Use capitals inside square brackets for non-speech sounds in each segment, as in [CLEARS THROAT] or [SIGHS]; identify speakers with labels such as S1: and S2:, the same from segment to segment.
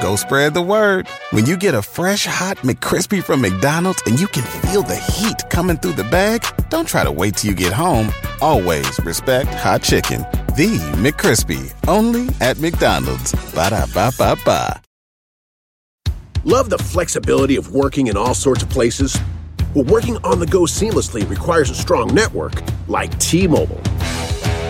S1: Go spread the word. When you get a fresh hot McCrispy from McDonald's and you can feel the heat coming through the bag, don't try to wait till you get home. Always respect hot chicken. The McCrispy, only at McDonald's. Ba da ba ba ba.
S2: Love the flexibility of working in all sorts of places? Well, working on the go seamlessly requires a strong network like T Mobile.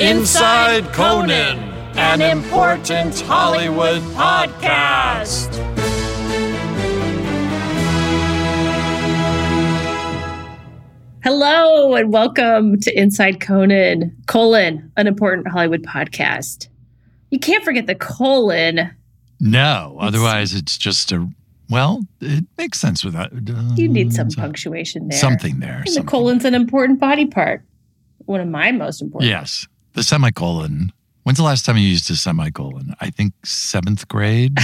S3: Inside Conan, an important Hollywood podcast.
S4: Hello and welcome to Inside Conan, colon, an important Hollywood podcast. You can't forget the colon.
S3: No, otherwise it's just a well, it makes sense without
S4: You need some
S3: something
S4: punctuation there.
S3: Mm, something there.
S4: And the
S3: something.
S4: colon's an important body part. One of my most important.
S3: Yes, the semicolon. When's the last time you used a semicolon? I think seventh
S4: [LAUGHS]
S3: grade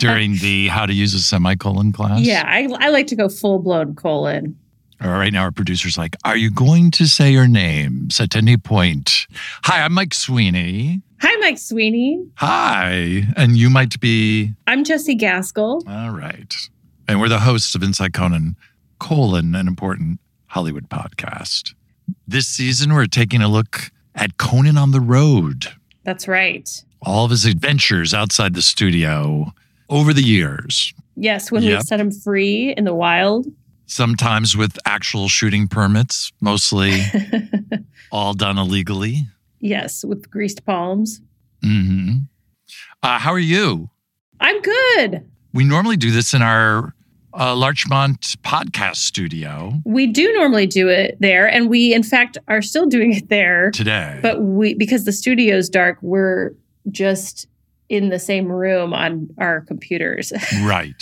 S3: during the how to use a semicolon class.
S4: yeah, I, I like to go full blown colon.
S3: All right, now our producer's like, Are you going to say your names at any point? Hi, I'm Mike Sweeney.
S4: Hi, Mike Sweeney.
S3: Hi. And you might be.
S4: I'm Jesse Gaskell.
S3: All right. And we're the hosts of Inside Conan, colon, an important Hollywood podcast. This season, we're taking a look at Conan on the road,
S4: That's right.
S3: all of his adventures outside the studio over the years,
S4: Yes, when we
S3: Yep.
S4: set him free in the wild.
S3: sometimes with actual shooting permits, mostly all done illegally.
S4: yes, with greased palms.
S3: hmm Uh, how are you?
S4: I'm good.
S3: We normally do this in our uh, Larchmont podcast studio
S4: We do normally do it there, and we in fact are still doing it there.
S3: today.
S4: But we because the studio's dark, we're just in the same room on our computers. [LAUGHS]
S3: right.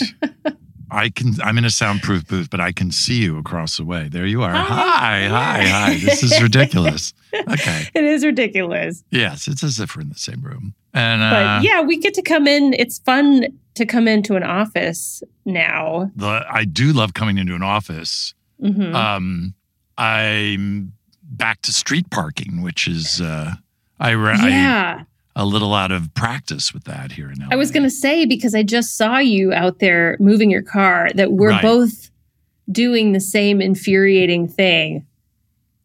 S3: I can. I'm in a soundproof booth, but I can see you across the way. There you are.
S4: Hi.
S3: Hi, hi, hi. This is ridiculous. Okay.
S4: it is ridiculous.
S3: Yes, it's as if we're in the same room. And
S4: But
S3: uh,
S4: yeah, we get to come in. It's fun to come into an office now.
S3: the, I do love coming into an office.
S4: Mhm.
S3: Um, I'm back to street parking, which is uh, I, ra- I
S4: yeah.
S3: a little out of practice with that here in LA.
S4: I was going to say because I just saw you out there moving your car that we're
S3: Right.
S4: both doing the same infuriating thing.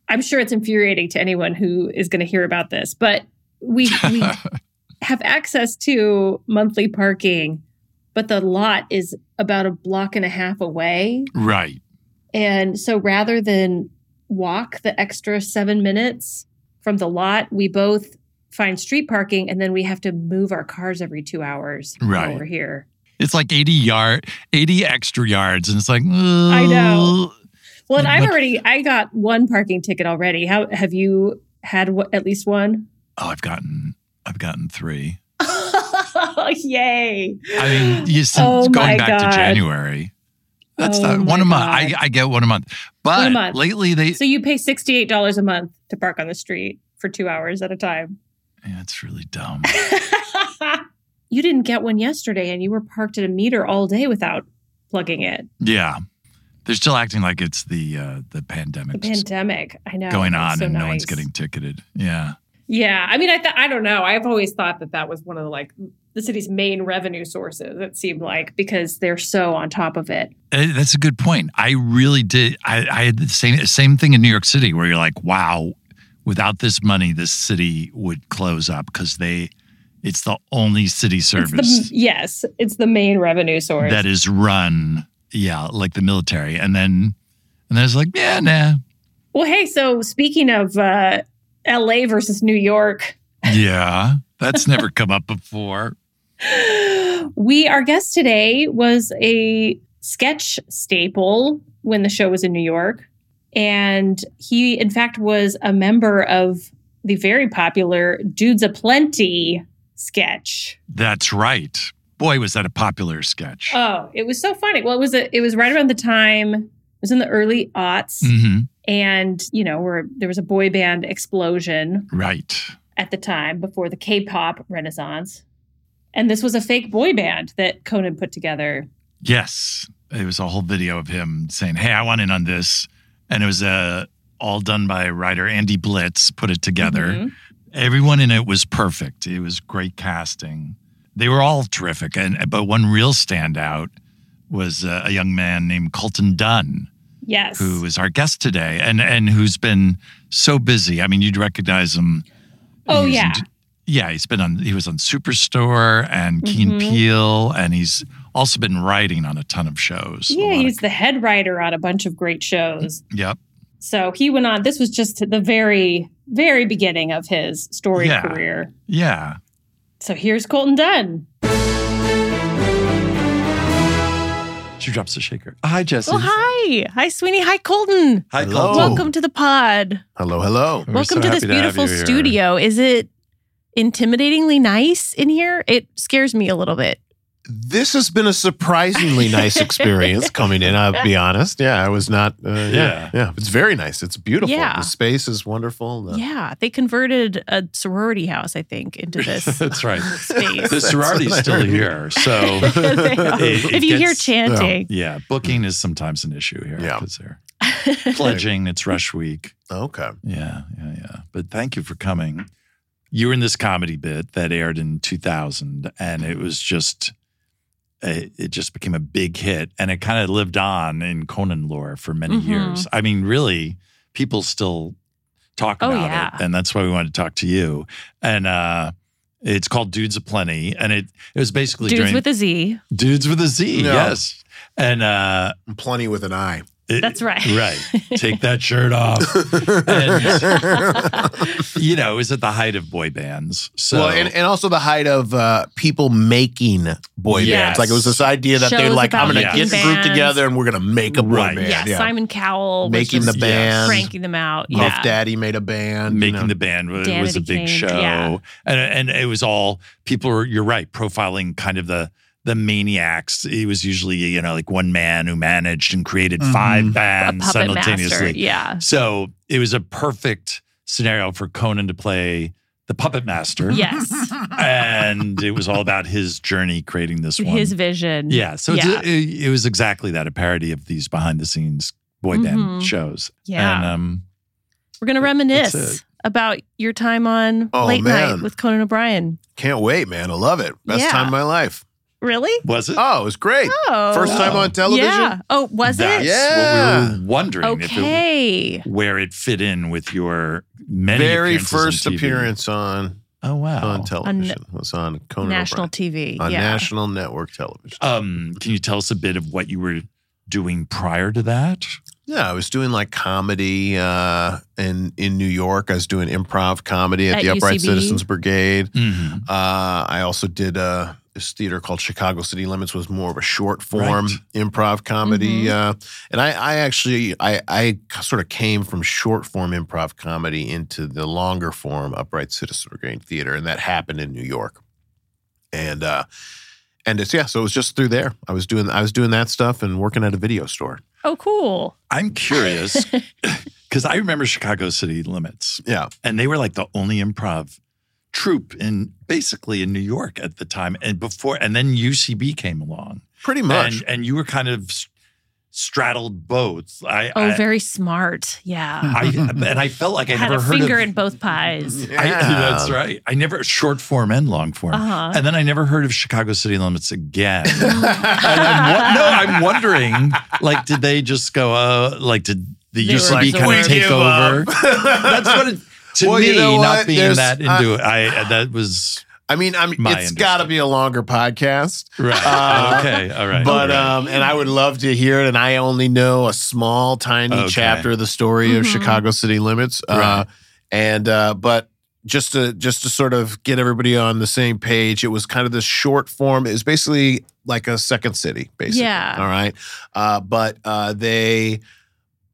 S4: I'm sure it's infuriating to anyone who is going to hear about this, but we, we
S3: [LAUGHS]
S4: have access to monthly parking, but the lot is about a block and a half away.
S3: Right.
S4: And so rather than walk the extra seven minutes from the lot, we both find street parking and then we have to move our cars every two hours
S3: Right.
S4: while we're here.
S3: It's like 80 yard 80 extra yards and it's like
S4: know.
S3: "Ugh."
S4: Well, and I've
S3: But-
S4: already I got one parking ticket already. How have you had wha- at least one?
S3: Oh, I've gotten I've gotten 3.
S4: Yay!
S3: I mean, [GASPS] you since
S4: Oh my
S3: going back
S4: God.
S3: to January. That's
S4: Oh
S3: not one
S4: my
S3: a month. I,
S4: God.
S3: I get one a month. But
S4: One a month.
S3: lately they
S4: So you pay sixty eight dollars a month to park on the street for two hours at a time.
S3: yeah, it's really dumb.
S4: you didn't get one yesterday, and you were parked at a meter all day without plugging it.
S3: yeah. They're still acting like it's the uh the
S4: The
S3: pandemic that's
S4: pandemic, I know,
S3: going
S4: it's
S3: on
S4: so
S3: and no one's
S4: nice.
S3: getting ticketed. Yeah.
S4: Yeah, I mean, I th- I don't know. I've always thought that that was one of the like the city's main revenue sources. It seemed like because they're so on top of it.
S3: Eh, That's a good point. I really did. I, I had the same same thing in New York City, where you're like, "Wow, without this money, this city would close up because they, it's the only city
S4: It's the-
S3: service
S4: yes, it's the main revenue source.
S3: that is run, yeah, like the military." And then, and then it's like, "Yeah, nah,
S4: well, hey, so speaking of uh, L.A. versus New York,
S3: yeah, [LAUGHS] that's never come up before."
S4: we our guest today was a sketch staple when the show was in New York, and he in fact was a member of the very popular Dudes Aplenty sketch.
S3: That's right. boy, was that a popular sketch.
S4: Uh,
S5: Oh, it was so funny. Well, it was a, it was right around the time. It was in the early aughts,
S3: hmm
S5: and you know, where there was a boy band explosion
S3: Right.
S5: at the time before the K-pop renaissance, and this was a fake boy band that Conan put together.
S3: Yes. It was a whole video of him saying, Hey, I want in on this. And it was uh, all done by writer Andy Blitz, put it together.
S5: Mhm.
S3: Everyone in it was perfect. It was great casting. They were all terrific. And But one real standout was uh, a young man named Colton Dunn,
S5: Yes.
S3: who is our guest today and, and who's been so busy. I mean, you'd recognize him.
S5: oh
S3: He's in-
S5: yeah.
S3: yeah, he's been on. He was on Superstore and Keen
S4: Mm-hmm.
S5: Mhm.
S3: Peele, and he's also been writing on a ton of shows. A
S5: Yeah,
S3: lot of-
S5: he's the head writer on a bunch of great shows.
S3: yep.
S5: So he went on. This was just the very, very beginning of his story
S3: Yeah.
S5: career.
S3: Yeah.
S5: So here's Colton Dunn.
S3: She drops the shaker. Hi, Jesse.
S4: Oh, hi. Hi, Sweeney. Hi, Colton.
S3: Hi,
S1: Hello.
S3: Colton.
S4: Welcome to the pod.
S1: Hello, hello.
S6: We're
S4: Welcome
S6: so
S4: to this
S6: happy have
S4: beautiful
S6: you here.
S4: studio. Is it intimidatingly nice in here? It scares me a little bit.
S6: This has been a surprisingly
S4: [LAUGHS]
S6: nice experience coming in. I'll be honest. Yeah, I was not. Uh, yeah,
S3: Yeah.
S6: yeah, It's very nice. It's beautiful.
S4: Yeah.
S6: The space is wonderful. The-
S4: Yeah. They converted a sorority house, I think, into this
S3: [LAUGHS] That's right.
S4: space. [LAUGHS]
S3: The sorority's
S6: what I
S3: still
S6: heard.
S3: here, [LAUGHS] so
S4: They are. [LAUGHS]
S3: It- it
S4: if you hear
S3: gets-
S4: chanting,
S3: yeah, booking is sometimes an issue here.
S6: Yeah.
S3: 'cause they're pledging.
S4: [LAUGHS]
S3: It's rush week.
S6: Okay.
S3: Yeah, yeah, yeah. But thank you for coming. You were in this comedy bit that aired in 2000, and it was just, eh, it it just became a big hit, and it kind of lived on in Conan lore for many
S4: Mhm.
S3: years. I mean, really, people still talk
S4: Oh,
S3: about
S4: yeah.
S3: it, and that's why we wanted to talk to you. And uh, it's called Dudes Aplenty, and it it was basically
S4: dudes
S3: during,
S4: with a Z.
S3: Dudes with a Z,
S6: Yeah.
S3: yes, and uh,
S6: Plenty with an
S4: [LAUGHS]
S6: eye.
S3: it-
S4: That's right.
S3: [LAUGHS] right. Take that shirt
S4: [LAUGHS]
S3: off. And- you know, it was at the height of boy bands. So
S6: well, and, and also the height of uh, people making boy
S3: Yes.
S6: bands. Like it was this idea that they're
S4: Shows
S6: like, I'm
S4: about
S6: going to
S3: making
S6: get the group
S4: bands.
S6: together and we're going to make a boy
S3: Right.
S6: band.
S4: yeah,
S6: Yeah.
S4: Simon Cowell was
S6: Making the
S4: just
S6: band.
S4: cranking them out.
S6: Puff
S4: Yeah,
S6: Daddy made a band. you
S3: making
S6: know.
S3: the band was, was
S4: Danity
S3: a big
S4: Kane,
S3: show,
S4: yeah.
S3: and and it was all people. Were, you're right, profiling kind of the the maniacs. It was usually you know like one man who managed and created
S6: Mhm.
S3: five
S4: a
S3: bands
S4: puppet master.
S3: simultaneously.
S4: Yeah,
S3: So it was a perfect scenario for Conan to play the puppet master.
S6: [LAUGHS]
S4: yes,
S3: [LAUGHS] and it was all about his journey creating this one.
S4: his vision.
S3: Yeah. So
S4: yeah,
S3: It's, it, it was exactly that a parody of these behind the scenes boy band
S4: Mhm.
S3: shows.
S4: yeah.
S3: And um,
S4: We're gonna
S3: That- that's
S4: reminisce
S3: it.
S4: about your time on
S6: Oh,
S4: Late
S6: man.
S4: Night with Conan O'Brien.
S6: Can't wait, man. I love it. Best
S4: Yeah.
S6: time of my life.
S4: Really?
S3: was it?
S6: Oh, it was great.
S4: Oh,
S6: First time
S3: Wow.
S6: on television.
S4: Yeah. Oh, was
S3: That's
S4: it?
S6: Yeah.
S3: what we were wondering if
S4: Okay.
S3: it, where it fit in with your many
S6: Very
S3: appearances on
S6: first
S3: TV.
S6: appearance on
S3: Oh wow.
S6: on television was on Conan
S4: National
S6: O'Brien.
S4: TV.
S6: on
S4: yeah.
S6: national network television.
S3: um, can you tell us a bit of what you were doing prior to that?
S6: yeah, I was doing like comedy uh, in in New York. I was doing improv comedy at,
S4: At
S6: the Upright
S4: UCB.
S6: Citizens Brigade.
S3: Mm-hmm.
S6: Uh, I also did uh, this theater called Chicago City Limits was more of a short form
S3: Right. Mm-hmm.
S6: improv comedy, uh, and I, I actually I, I sort of came from short form improv comedy into the longer form upright citizen brigade theater, and that happened in New York, and uh, and it's yeah, so it was just through there. I was doing I was doing that stuff and working at a video store.
S4: Oh, cool.
S3: I'm
S4: [LAUGHS]
S3: curious because I remember Chicago City Limits,
S6: Yeah,
S3: and they were like the only improv troupe in basically in New York at the time, and before, and then UCB came along,
S6: pretty much.
S3: and and you were kind of s- straddled both. I,
S4: Oh,
S3: I,
S4: very smart. Yeah.
S3: I and I felt like I
S4: Had
S3: never
S4: a
S3: heard
S4: finger
S3: of.
S4: in both pies.
S3: I, [LAUGHS] that's right. I never short form and long form,
S4: Uh-huh.
S3: and then I never heard of Chicago City Limits
S4: [LAUGHS]
S3: again. And I'm wo- no, I'm wondering, like, did they just go? Uh, like, did the
S4: They were
S3: UCB kind of
S4: absorbed.
S3: take
S6: [LAUGHS]
S3: over? That's what it, to
S6: Well,
S3: me.
S6: you know
S3: not
S6: what?
S3: being
S6: There's- uh,
S3: that into it, I that was
S6: I mean, I'm,
S3: My
S6: it's got to
S3: understanding.
S6: be a longer podcast.
S3: right.
S6: Uh,
S3: okay, all right.
S6: But
S3: all right.
S6: um, and I would love to hear it. And I only know a small, tiny
S3: Okay.
S6: chapter of the story of
S4: Mhm.
S6: Chicago City Limits. Uh,
S3: Right.
S6: and uh, but just to just to sort of get everybody on the same page, it was kind of this short form. It was basically like a second city, basically.
S4: Yeah.
S6: All right. Uh, but uh, they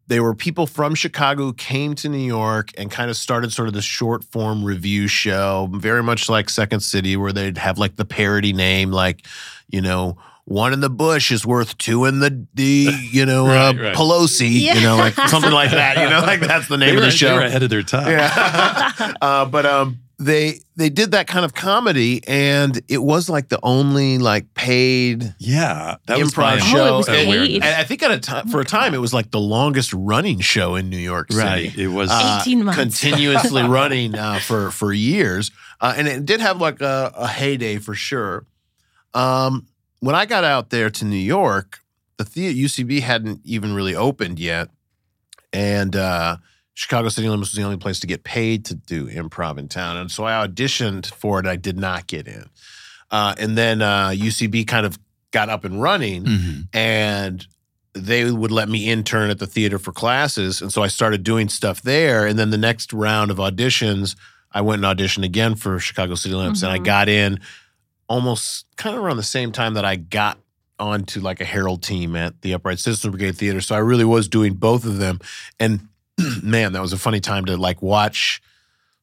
S6: they were people from Chicago who came to New York and kind of started sort of the short form review show, very much like Second City, where they'd have like the parody name, like, you know, one in the bush is worth two in the the
S3: [LAUGHS]
S6: you know
S3: Right,
S6: uh,
S3: right.
S6: Pelosi, you know, like something like that. You know,
S3: [LAUGHS]
S6: like that's the name
S3: they
S6: of
S3: were,
S6: the
S3: They
S6: show.
S3: were ahead of their time. [LAUGHS]
S6: Yeah. uh, but um, they they did that kind of comedy, and it was like the only like paid
S3: Yeah, that was my
S6: improv show.
S4: Oh, it was
S6: and,
S4: paid.
S6: and I think at a time for a time it was like the longest running show in New York City.
S3: Right. It was.
S6: Uh,
S4: 18 months.
S6: continuously running uh, for for years, uh, and it did have like a, a heyday for sure. Um, when I got out there to New York, the theater UCB hadn't even really opened yet, and uh, Chicago City Limits was the only place to get paid to do improv in town, and so I auditioned for it. I did not get in, uh, and then uh, UCB kind of got up and running
S3: mhm.
S6: and they would let me intern at the theater for classes and so i started doing stuff there and then the next round of auditions i went and auditioned again for chicago city limits and i
S4: Mhm.
S6: got in almost kind of around the same time that i got onto like a herald team at the upright citizen brigade theater so i really was doing both of them and [CLEARS THROAT] man that was a funny time to like watch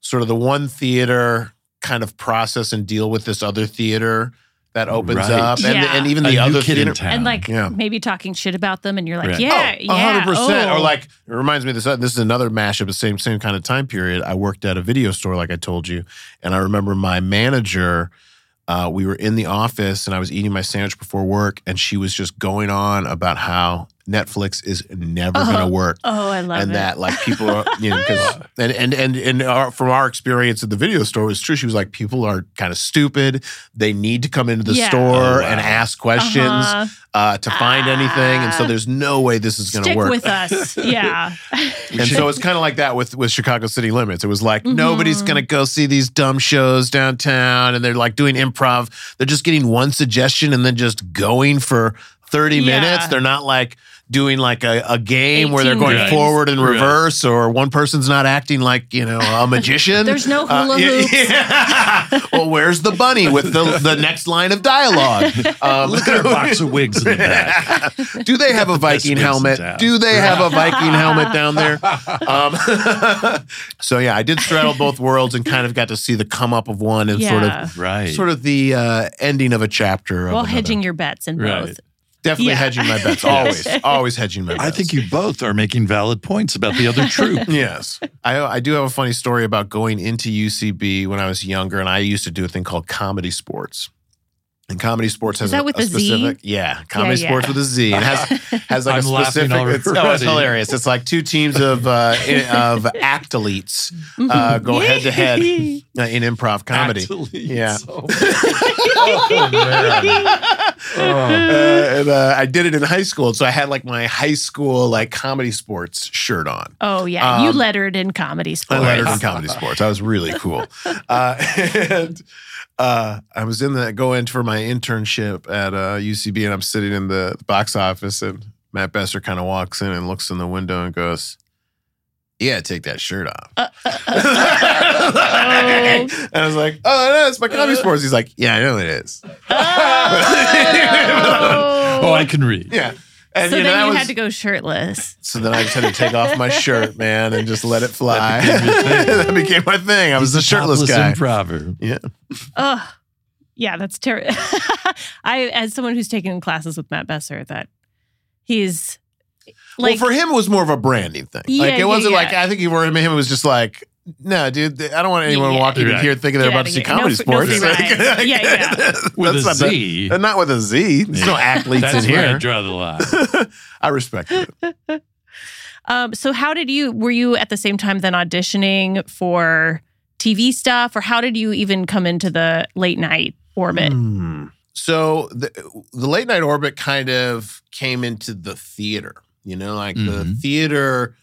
S6: sort of the one theater kind of process and deal with this other theater that opens
S3: Right.
S6: up and,
S4: Yeah.
S6: and even
S3: A
S6: the
S3: new
S6: other
S3: kid
S6: theater
S3: in town.
S4: and like
S6: Yeah.
S4: maybe talking shit about them, and you're like,
S3: Right.
S4: yeah,
S6: A
S4: yeah,
S6: Oh, hundred percent.
S4: oh.
S6: Or like it reminds me of this. uh, This is another mashup. The same same kind of time period. I worked at a video store, like I told you, and I remember my manager. Uh, we were in the office, and I was eating my sandwich before work, and she was just going on about how Netflix is never going to work
S4: oh, I love
S6: and
S4: it.
S6: that like people are
S4: [LAUGHS]
S6: you know 'cause- and and and, and our, from our experience at the video store it's true she was like people are kind of stupid they need to come into the
S4: Yeah.
S6: store
S3: Oh, wow.
S6: and ask questions
S4: Uh-huh.
S6: uh to find anything and so
S4: Ah.
S6: there's no way this is going to
S4: Stick
S6: work
S4: with
S6: [LAUGHS]
S4: us, yeah.
S6: and so it's kind of like that with with Chicago City Limits. It was like
S4: Mm-hmm.
S6: nobody's going to go see these dumb shows downtown, and they're like doing improv. They're just getting one suggestion and then just going for thirty
S4: Yeah.
S6: minutes. They're not like doing like a, a game where they're
S4: 18
S6: going
S4: games.
S6: forward and
S3: Right.
S6: reverse, or one person's not acting like you know a
S4: [LAUGHS]
S6: magician. Uh,
S4: There's no hula
S6: yeah,
S4: hoops.
S6: yeah. [LAUGHS] well, where's the bunny with the the next line of dialogue?
S4: [LAUGHS]
S6: Um,
S3: look at our box of wigs
S6: [LAUGHS]
S3: in the back.
S6: do they have a
S3: best wings
S6: Viking
S3: in
S6: helmet?
S3: town.
S6: Do they have a Viking helmet down
S3: [LAUGHS]
S6: there? Um, [LAUGHS] so yeah, I did straddle both worlds and kind of got to see the come up of one and
S4: Yeah.
S6: sort
S3: Right.
S6: of sort of the uh, ending of a chapter. Of
S4: While
S6: another.
S4: hedging your bets in
S3: Right.
S4: both.
S6: definitely
S4: yeah.
S6: hedging my
S4: [LAUGHS]
S6: bets. Always, always hedging my bets.
S3: I think you both are making valid points about the
S4: [LAUGHS]
S3: other troop.
S6: Yes, I I do have a funny story about going into UCB when I was younger, and I used to do a thing called comedy sports. And comedy sports has
S4: that
S6: a,
S4: with
S6: a
S4: a Z?
S6: specific, yeah, comedy
S4: yeah.
S6: sports with a Z.
S4: [LAUGHS]
S6: It has has like
S3: I'm
S6: a
S3: laughing
S6: specific. It's, oh, it's
S3: already.
S6: hilarious. It's like two teams of uh,
S4: [LAUGHS]
S6: in- of athletes uh, go head to head uh, in improv comedy.
S3: Actually, [LAUGHS]
S6: Yeah.
S3: so- Oh,
S6: Uh, and, uh, I did it in high school, so I had like my high school like comedy sports shirt on.
S4: Oh yeah, you
S6: Um,
S4: lettered in comedy
S6: I
S4: sports.
S6: lettered in comedy sports. I was really cool. Uh, [LAUGHS] and uh, I was in the go in for my internship at uh, UCB, and I'm sitting in the box office, and Matt Besser kind of walks in and looks in the window and goes, "Yeah, take that shirt off."
S4: Uh,
S6: [LAUGHS] and I was like, "Oh no, it's my
S4: Uh.
S6: comedy sports." He's like, "Yeah, I know it is." [LAUGHS]
S3: oh, I can read.
S6: yeah. And
S4: so
S6: you know,
S4: then
S6: that
S4: you
S6: was,
S4: had to go shirtless.
S6: So then I just had to take off my shirt, man, and
S4: [LAUGHS]
S6: just let it fly. [LAUGHS] that became my thing. I was the shirtless
S3: Topless
S6: guy.
S3: improver.
S6: Yeah.
S4: Oh, yeah, that's terrible. [LAUGHS] I, as someone who's taken classes with Matt Besser, that he's like
S6: well, for him, it was more of a branding thing.
S4: Yeah,
S6: like it
S4: yeah,
S6: wasn't
S4: yeah.
S6: like I think for him, it was just like, no, dude, th- I don't want anyone
S4: Yeah.
S6: walking in
S3: Right.
S6: here thinking they're
S4: Get
S6: about to see
S4: outta here. No
S6: comedy
S4: fr- no
S6: sports.
S4: free
S6: [LAUGHS]
S4: rides. Yeah, yeah.
S3: With a
S6: not the-
S3: Z.
S6: uh, not with a Z. There's no athletes in
S3: That's where I
S6: here.
S3: draw the line.
S6: [LAUGHS] I respect it.
S4: Um, so how did you were you at the same time then auditioning for TV stuff, or how did you even come into the late night orbit?
S6: Hmm. So the, the late night orbit kind of came into the theater, you know, like the
S4: Mm-hmm.
S3: Mhm.
S6: theater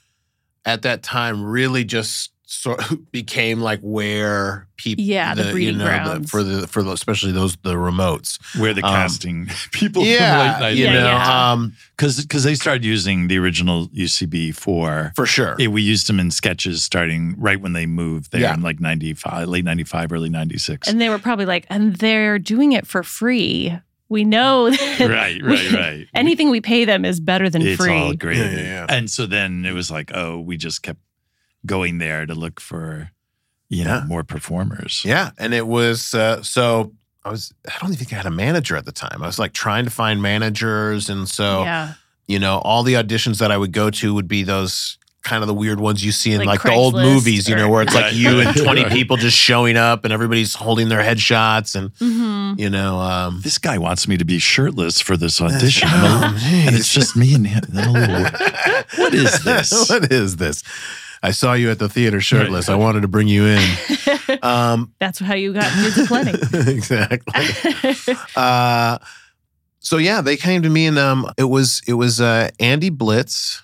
S6: at that time really just sort of [LAUGHS] became like where people,
S4: Yeah, the breeding grounds.
S6: for the for the, especially those the remotes.
S3: Where the
S6: Um,
S3: casting [LAUGHS] people
S6: yeah,
S3: from [LAUGHS] late night
S6: you
S4: Yeah,
S6: know,
S4: yeah.
S6: um,
S3: because they started using the original UCB for
S6: for sure.
S3: it, we used them in sketches starting right when they moved there
S6: Yeah.
S3: in like 95 late 95 early 96
S4: And they were probably like, and they're doing it for free. we know [LAUGHS] that
S3: [LAUGHS] right, right,
S4: we- [LAUGHS]
S3: right.
S4: anything we pay them is better than
S3: it's
S4: free.
S3: all great.
S6: Yeah, yeah, yeah.
S3: And so then it was like, oh, we just kept going there to look for, you know,
S6: Yeah.
S3: more performers.
S6: Yeah, and it was uh, so I was I don't even think I had a manager at the time. I was like trying to find managers, and so
S4: yeah.
S6: you know all the auditions that I would go to would be those kind of the weird ones you see in
S4: Like
S6: like, the old
S4: Craigslist
S6: movies, you know,
S4: or-
S6: where it's
S3: Right.
S6: like
S3: [LAUGHS]
S6: you and twenty
S3: Right.
S6: people just showing up and everybody's holding their headshots, and
S4: hmm
S6: you know, um,
S3: This guy wants me to be shirtless for this
S6: [LAUGHS]
S3: audition.
S6: Oh,
S3: and
S6: jeez.
S3: it's just me and him. oh, That little- What is this?
S6: [LAUGHS] what is this? I saw you at the theater shirtless.
S3: Right.
S6: I wanted to bring you
S4: [LAUGHS]
S6: in. Um,
S4: [LAUGHS] That's how you got music
S6: [LAUGHS]
S4: plenty.
S6: exactly. Uh, so yeah, they came to me and um, it was it was uh, Andy Blitz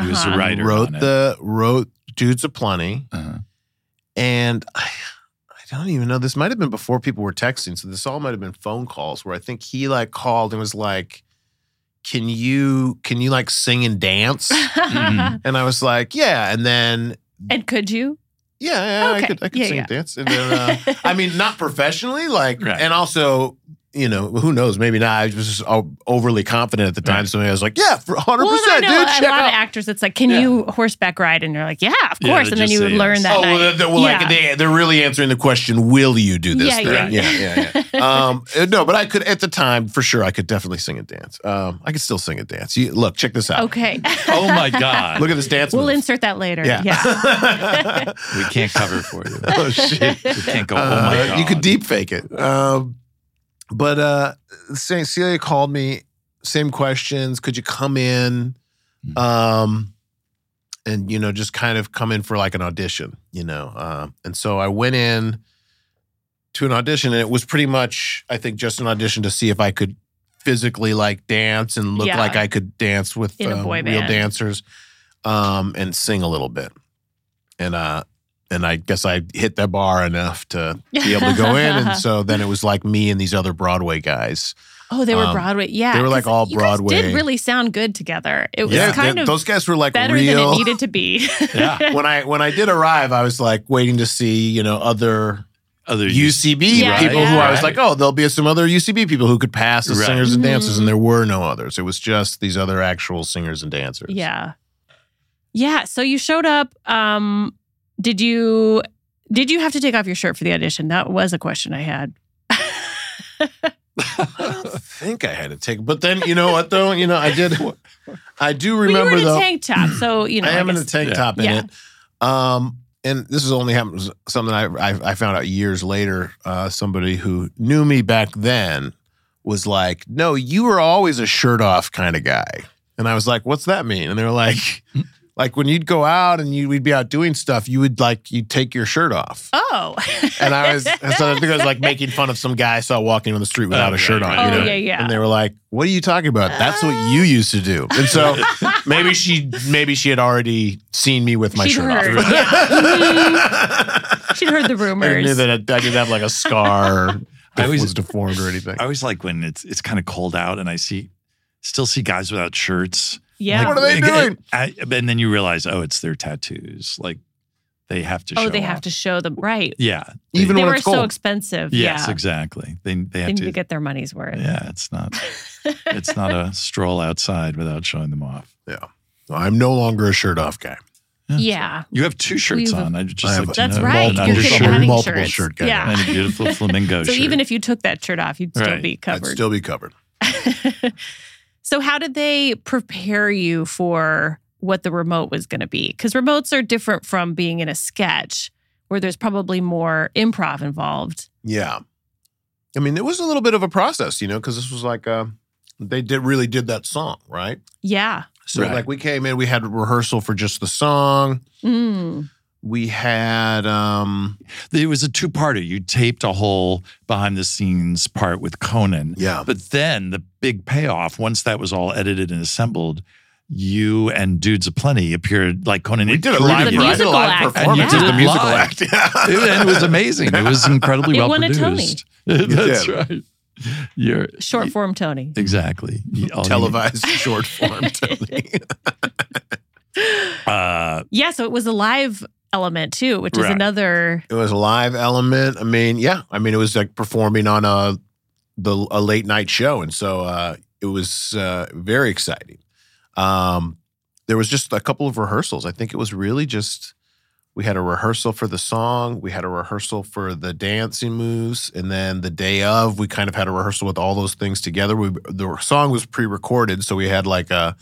S3: He was a
S4: Uh-huh.
S3: writer.
S6: wrote
S3: on it.
S6: the wrote Dudes Aplenty,
S3: Uh-huh.
S6: and [SIGHS] I I don't even know. This might have been before people were texting, so this all might have been phone calls where I think he like called and was like, "Can you can you like sing and dance?"
S4: [LAUGHS]
S3: Mhm.
S6: and I was like, "Yeah," and then.
S4: And could you?
S6: Yeah, yeah,
S4: Okay.
S6: I could, I could
S4: Yeah,
S6: sing
S4: yeah.
S6: and dance. And then, uh, I mean, not professionally, like,
S3: Right.
S6: and also, you know, who knows? Maybe not. I was just o- overly confident at the time,
S3: Right.
S6: so I was like, "Yeah, for hundred
S4: Well, and I
S6: percent,
S4: know
S6: dude,
S4: a
S6: check
S4: lot of
S6: out."
S4: actors. It's like, can
S6: Yeah.
S4: you horseback ride? And you're like, yeah, of
S3: Yeah,
S4: course.
S3: they
S4: and then
S3: just
S4: you
S3: say
S4: learn
S3: yes.
S4: that
S6: oh,
S4: night.
S6: well, they're, they're- well, like,
S4: Yeah.
S6: they, they're really answering the question: Will you do this?
S4: Yeah,
S6: thing?
S3: yeah.
S6: yeah, yeah.
S4: [LAUGHS]
S6: yeah. um, uh, no, but I could at the time for sure. I could definitely sing and dance. Um, I could still sing and dance. You, look, check this out.
S4: [LAUGHS] okay.
S3: Oh
S4: [LAUGHS]
S3: my God.
S6: Look at this dance.
S4: we'll
S6: move.
S4: insert that later.
S6: yeah.
S4: [LAUGHS]
S3: we can't cover for you.
S6: [LAUGHS] oh shit.
S3: We can't go, oh my
S6: Uh,
S3: God.
S6: You could deep fake it. Um, but uh, St. Celia called me, same questions. Could you come in?
S3: Mhm.
S6: Um, and, you know, just kind of come in for like an audition, you know? Um, and so I went in to an audition and it was pretty much, I think, just an audition to see if I could physically like dance and look
S4: Yeah.
S6: like I could dance with
S4: In a
S6: um,
S4: boy
S6: real
S4: band.
S6: dancers um, and sing a little bit. And, uh, and I guess I hit that bar enough to be able to go in.
S4: [LAUGHS]
S6: And so then it was like me and these other Broadway guys.
S4: [LAUGHS] Oh, they were
S6: Um,
S4: Broadway. Yeah.
S6: they were, like,
S4: 'cause
S6: all
S4: you guys
S6: Broadway.
S4: did really sound good together. It was
S6: yeah,
S4: kind
S6: they-
S4: of
S6: those guys were like
S4: better
S6: real. [LAUGHS]
S4: than it needed to be. [LAUGHS]
S3: Yeah.
S6: when I when I did arrive, I was like waiting to see you know other
S3: Other
S6: UCB
S4: Yeah,
S6: people
S4: yeah.
S6: who I
S3: Right.
S6: was like, oh, there'll be some other UCB people who could pass as
S3: Right.
S6: singers and
S4: Mhm.
S6: dancers, and there were no others. It was just these other actual singers and dancers.
S4: yeah. Yeah. So you showed up. Um, did you did you have to take off your shirt for the audition? That was a question I had.
S6: [LAUGHS] I don't think I had to take, but then you know what though, you know
S4: [LAUGHS]
S6: I did, I do remember
S4: but you were in
S6: though.
S4: a tank top, so you know.
S6: I am in a
S4: guess-
S6: tank
S3: Yeah.
S6: top in
S4: Yeah.
S6: it. Um, and this is only happened something I, I I found out years later. Uh, somebody who knew me back then was like, "No, you were always a shirt off kind of guy," and I was like, "What's that mean?" And they were like, [LAUGHS] "Like when you'd go out and you we'd be out doing stuff, you would like you'd take your shirt off."
S4: Oh. [LAUGHS]
S6: And I was, and so I think I was like making fun of some guy I saw walking on the street without
S3: Oh,
S6: a shirt on.
S3: right,
S4: oh
S6: you know?
S4: yeah, yeah. Ah.
S6: And they were like, "What are you talking about? That's what you used to do."
S3: [LAUGHS]
S6: And so maybe she maybe she had already seen me with my
S4: She'd
S6: shirt [LAUGHS]
S4: heard,
S6: off.
S4: She'd heard the
S6: [LAUGHS] I
S4: rumors.
S6: knew that I, I didn't have like a scar. or
S3: [LAUGHS] I always-
S6: was deformed or anything.
S3: I always like when it's it's kind of cold out and I see still see guys without shirts.
S4: Yeah.
S6: What are they doing?
S3: I, and then you realize, oh, it's their tattoos. Like they have to.
S4: oh,
S3: show
S4: they have
S3: off.
S4: to show them right.
S3: Yeah.
S6: Even
S4: they
S6: when
S4: were
S6: it's
S4: so
S6: cold.
S4: expensive.
S3: Yes,
S4: yeah.
S3: exactly. They they
S4: They
S3: have
S4: need
S3: to.
S4: to get their money's worth.
S3: yeah, it's not. It's not [LAUGHS] a stroll outside without showing them off.
S6: I'm no longer a shirt off guy.
S4: yeah.
S3: You have two shirts
S4: We've-
S3: on. I just
S6: I
S3: like
S6: have
S3: to
S4: That's
S3: know.
S4: right.
S3: An
S4: You're
S6: Multiple
S4: good at
S6: shirt-
S4: adding
S3: undershirt
S6: multiple
S4: shirts.
S6: shirt guy.
S4: Yeah.
S3: and a beautiful
S4: [LAUGHS]
S3: flamingo
S4: So
S3: shirt.
S4: even if you took that shirt off, you'd still
S3: Right.
S4: be
S6: I'd
S4: covered.
S6: still be covered.
S4: so how did they prepare you for what the remote was going to be? Because remotes are different from being in a sketch where there's probably more improv involved.
S6: Yeah. I mean, it was a little bit of a process, you know, because this was like uh, they did really did that song, right?
S4: Yeah.
S6: So
S3: Right.
S6: like we came in, we had rehearsal for just the song.
S4: Mm.
S6: We had um
S3: it was a two-parter, you taped a whole behind-the-scenes part with Conan,
S6: yeah.
S3: But then the big payoff, once that was all edited and assembled, you and Dudes Aplenty appeared like Conan.
S6: We did a
S3: through
S6: live,
S4: The
S3: you.
S6: we did a
S4: musical
S6: live
S4: act.
S6: performance
S4: Yeah.
S6: as the musical
S3: Live.
S6: act. Yeah.
S3: It- and it was amazing. It [LAUGHS] was incredibly
S4: It
S3: well
S4: won a
S3: produced. [LAUGHS] That's right. You're
S4: Short form Tony.
S3: exactly You- all you-
S6: televised short form, Tony.
S3: Uh,
S4: Yeah. So it was a live element too, which is
S3: Right.
S4: another.
S6: it was a live element. I mean, yeah. I mean, it was like performing on a the a late night show, and so uh, it was uh, very exciting. Um, there was just a couple of rehearsals. I think it was really just we had a rehearsal for the song, we had a rehearsal for the dancing moves, and then the day of, we kind of had a rehearsal with all those things together. We the song was pre-recorded, so we had like a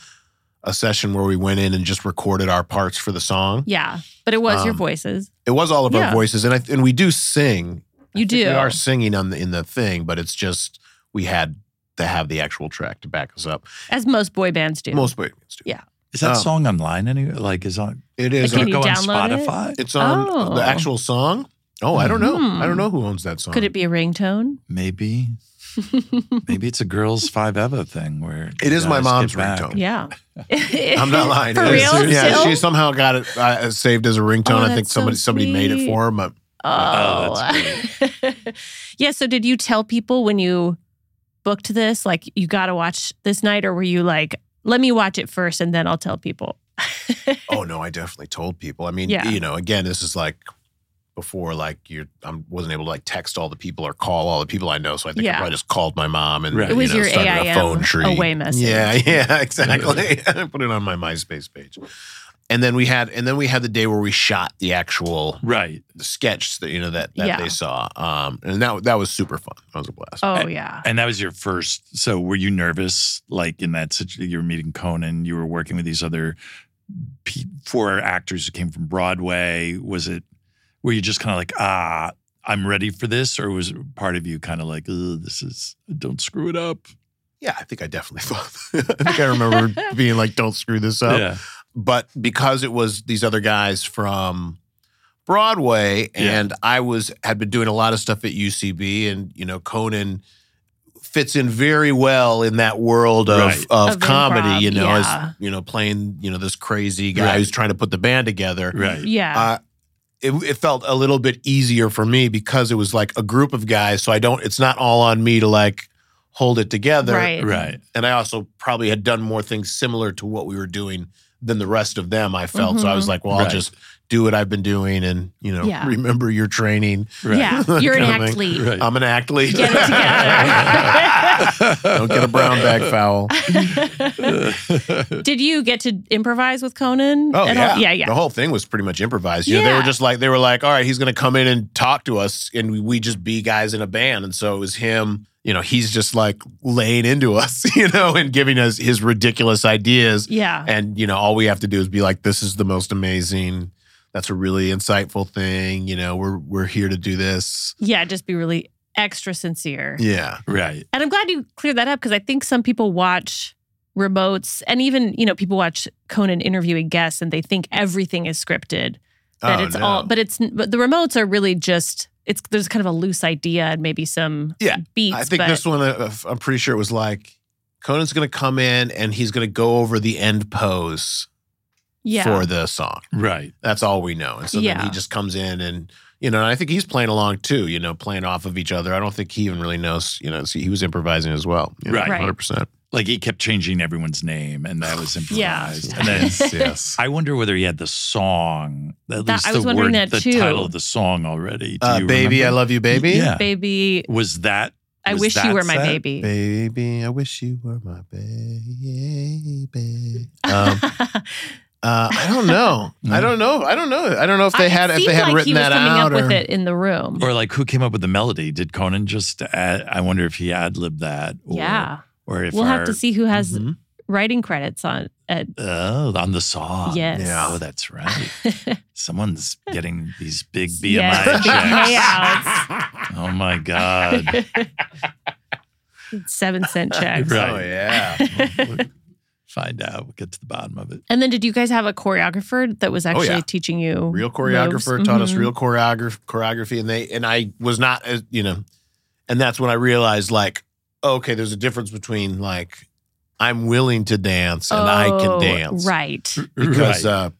S6: a session where we went in and just recorded our parts for the song.
S4: Yeah, but it was your
S6: Um,
S4: voices.
S6: It was all of
S4: Yeah.
S6: our voices, and I, and we do sing.
S4: You
S6: I think
S4: do.
S6: We are singing on the, in the thing, but it's just we had to have the actual track to back us up.
S4: As most boy bands do.
S6: Most boys do.
S4: Yeah.
S3: Is that
S6: Oh.
S3: song online anyway? Like, is on?
S6: It
S3: Is
S6: is.
S4: Like,
S3: it
S4: can
S6: on,
S4: you
S3: go on
S4: download it?
S3: Spotify?
S6: it's on
S4: Oh.
S6: the actual song. Oh, I don't know.
S4: Hmm.
S6: I don't know who owns that song.
S4: Could it be a ringtone?
S3: Maybe. [LAUGHS] Maybe it's a girls five Eva thing where
S6: It
S3: you
S6: is my
S3: guys
S6: mom's
S3: get back.
S6: ringtone.
S4: Yeah.
S6: Oh. [LAUGHS] I'm
S4: [LAUGHS]
S6: not lying.
S4: For
S6: It is.
S4: real?
S6: Yeah,
S4: Still?
S6: she somehow got it uh, saved as a ringtone.
S4: Oh,
S6: I think
S4: that's so
S6: somebody somebody made it
S4: sweet.
S6: for her, but
S3: Oh,
S4: Oh. [LAUGHS] yeah. So, did you tell people when you booked this, like, you got to watch this night, or were you like, let me watch it first and then I'll tell people?
S6: oh no, I definitely told people. I mean,
S4: Yeah.
S6: you know, again, this is like before like you I wasn't able to like text all the people or call all the people I know. So I think
S4: Yeah.
S6: I probably just called my mom and
S3: Right.
S4: It
S6: Uh, you
S4: was
S6: know,
S4: your
S6: started a
S4: AIM
S6: phone tree.
S4: away message.
S6: Yeah, [LAUGHS] yeah, exactly. [LAUGHS] I put it on my MySpace page. And then we had and then we had the day where we shot the actual
S3: Right.
S6: the sketch that you know that, that
S4: Yeah.
S6: they saw. Um and that that was super fun. That was a blast.
S4: Oh, yeah.
S3: And that was your first. So were you nervous? Like in that situ- you were meeting Conan, you were working with these other pe- four actors who came from Broadway. Was it, were you just kind of like, ah, I'm ready for this? Or was part of you kind of like, Ugh, this is, don't screw it up?
S6: Yeah, I think I definitely [LAUGHS] thought I think I
S4: [LAUGHS]
S6: remember being like, don't screw this up.
S3: yeah.
S6: but because it was these other guys from Broadway
S3: Yeah.
S6: and I was had been doing a lot of stuff at UCB and you know Conan fits in very well in that world of
S3: Right.
S6: of,
S4: Of
S6: comedy
S4: improv,
S6: you know
S4: yeah.
S6: as you know playing you know this crazy guy
S3: Right.
S6: who's trying to put the band together
S3: Right. [LAUGHS]
S4: Yeah.
S6: uh, it, it felt a little bit easier for me because it was like a group of guys so I don't it's not all on me to like hold it together
S4: right.
S3: Right.
S6: and I also probably had done more things similar to what we were doing than the rest of them. I felt so I was like, well,
S3: Right.
S6: I'll just do what I've been doing, and you know,
S4: Mm-hmm. Yeah.
S6: remember your training.
S3: Right.
S4: Yeah. You're an
S6: Coming.
S4: athlete.
S3: Right.
S6: I'm an athlete.
S4: Get it together.
S6: [LAUGHS] Don't get a brown bag
S4: [LAUGHS]
S6: foul. [LAUGHS]
S4: Did you get to improvise with Conan?
S6: Oh
S4: at
S6: yeah.
S4: all? yeah, yeah.
S6: The whole thing was pretty much improvised. You know, they
S4: Yeah.
S6: were just like they were like, all right, he's gonna come in and talk to us, and we, we just be guys in a band. And so it was him. You know, he's just like laying into us, [LAUGHS] you know, and giving us his ridiculous ideas.
S4: yeah.
S6: And you know, all we have to do is be like, "This is the most amazing. That's a really insightful thing. You know, we're we're here to do this."
S4: yeah. Just be really extra sincere.
S6: Yeah,
S3: [LAUGHS] Right.
S4: And I'm glad you cleared that up because I think some people watch remotes and even, you know, people watch Conan interviewing guests and they think everything is scripted. That
S6: Oh,
S4: it's
S6: no.
S4: all but it's but the remotes are really just it's there's kind of a loose idea and maybe some
S6: Yeah,
S4: beats.
S6: I think
S4: but
S6: this one, uh, I'm pretty sure it was like Conan's going to come in and he's going to go over the end pose
S4: yeah.
S6: for the song.
S3: Right.
S6: That's all we know. And so then
S4: Yeah.
S6: he just comes in and. You know, and I think he's playing along too. You know, playing off of each other. I don't think he even really knows. You know, see, he was improvising as well. you know,
S3: Right.
S4: Right.
S6: 100%.
S3: Like he kept changing everyone's name and that was
S4: [SIGHS] Yeah.
S3: improvised. And then
S6: [LAUGHS] yes.
S3: I wonder whether he had the song, at
S4: That-
S3: least
S4: I
S3: the
S4: was wondering that
S3: word, the
S4: too.
S3: title of the song already. Do
S6: Uh,
S3: you
S6: baby, I
S3: remember?
S6: love you, baby.
S3: Yeah.
S4: Baby
S3: Was that?
S4: I
S3: was
S4: wish you
S3: that
S4: were my
S3: set?
S4: baby.
S6: Baby, I wish you were my baby.
S4: [LAUGHS]
S6: Um, uh, I don't know. I don't know. I don't know. I don't know if they had
S4: it
S6: if they
S4: seemed
S6: had
S4: like
S6: written
S4: he was
S6: that
S4: coming
S6: out
S4: up
S6: or
S4: with it in the room.
S3: Or like who came up with the melody? Did Conan just add, I wonder if he ad libbed that. Or,
S4: yeah.
S3: Or if
S4: We'll
S3: our-
S4: have to see who has
S6: Mhm.
S4: writing credits on at
S3: Oh, on the song.
S4: Yes.
S6: Yeah.
S3: Oh,
S4: [LAUGHS]
S3: that's right. Someone's getting these big BMI
S4: Yes, [LAUGHS] big [LAUGHS]
S3: checks. [LAUGHS] oh my God.
S4: seven cent checks.
S3: Right.
S6: Oh yeah.
S3: We'll find out. We'll get to the bottom of it.
S4: And then did you guys have a choreographer that was actually
S6: Oh, yeah.
S4: teaching you [LAUGHS]
S6: Real choreographer
S4: moves?
S6: taught us
S4: Mhm.
S6: real choreograph choreography, and they and I was not as you know, and that's when I realized like okay, there's a difference between like I'm willing to dance and I
S4: Oh,
S6: can dance.
S4: Right.
S6: because
S3: right.
S6: uh,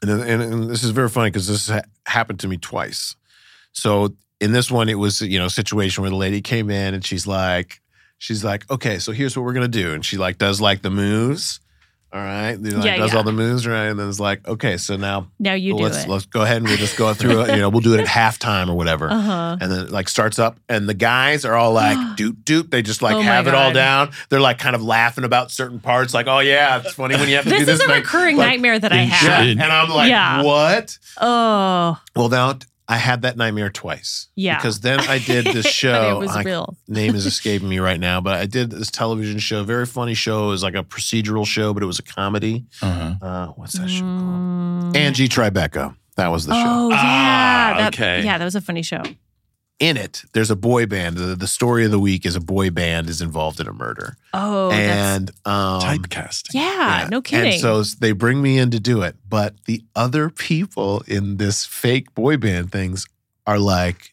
S6: and, and, and this is very funny because this ha- happened to me twice. So in this one, it was you know a situation where the lady came in and she's like, she's like, okay, so here's what we're gonna do, and she like does like the moves, All right. He like,
S4: Yeah,
S6: does
S4: yeah.
S6: all the moves right, and then it's like, okay, so now
S4: Now you do
S6: let's
S4: it.
S6: let's go ahead and we'll just go through. it, You know,
S4: [LAUGHS]
S6: we'll do it at halftime or whatever. [LAUGHS]
S4: Uh huh.
S6: and then it, like starts up and the guys are all
S4: [GASPS]
S6: like doot doot they just like
S4: Oh my
S6: have it all
S4: God.
S6: down they're like kind of laughing about certain parts like oh yeah it's funny when you have to do
S4: [LAUGHS] This
S6: this
S4: is a
S6: thing.
S4: recurring
S6: like,
S4: nightmare that I
S6: yeah.
S4: have.
S6: and i'm like
S4: Yeah.
S6: what
S4: Oh,
S6: well now i had that nightmare twice
S4: Yeah.
S6: because then
S4: [LAUGHS]
S6: i did
S4: But
S6: this show
S4: it was
S6: I-
S4: real.
S6: name
S4: [LAUGHS]
S6: is escaping me right now but i did this television show very funny show it was like a procedural show but it was a comedy
S3: Uh-huh.
S6: uh, what's that show called
S4: Mm.
S6: angie tribeca that was the show
S4: Oh
S3: Ah,
S4: yeah, that,
S3: okay.
S4: yeah, that was a funny show.
S6: in it, there's a boy band. The, the story of the week is a boy band is involved in a murder.
S4: Oh, that's,
S6: and um,
S3: Typecasting.
S4: yeah, no kidding.
S6: And so s- they bring me in to do it, but the other people in this fake boy band things are like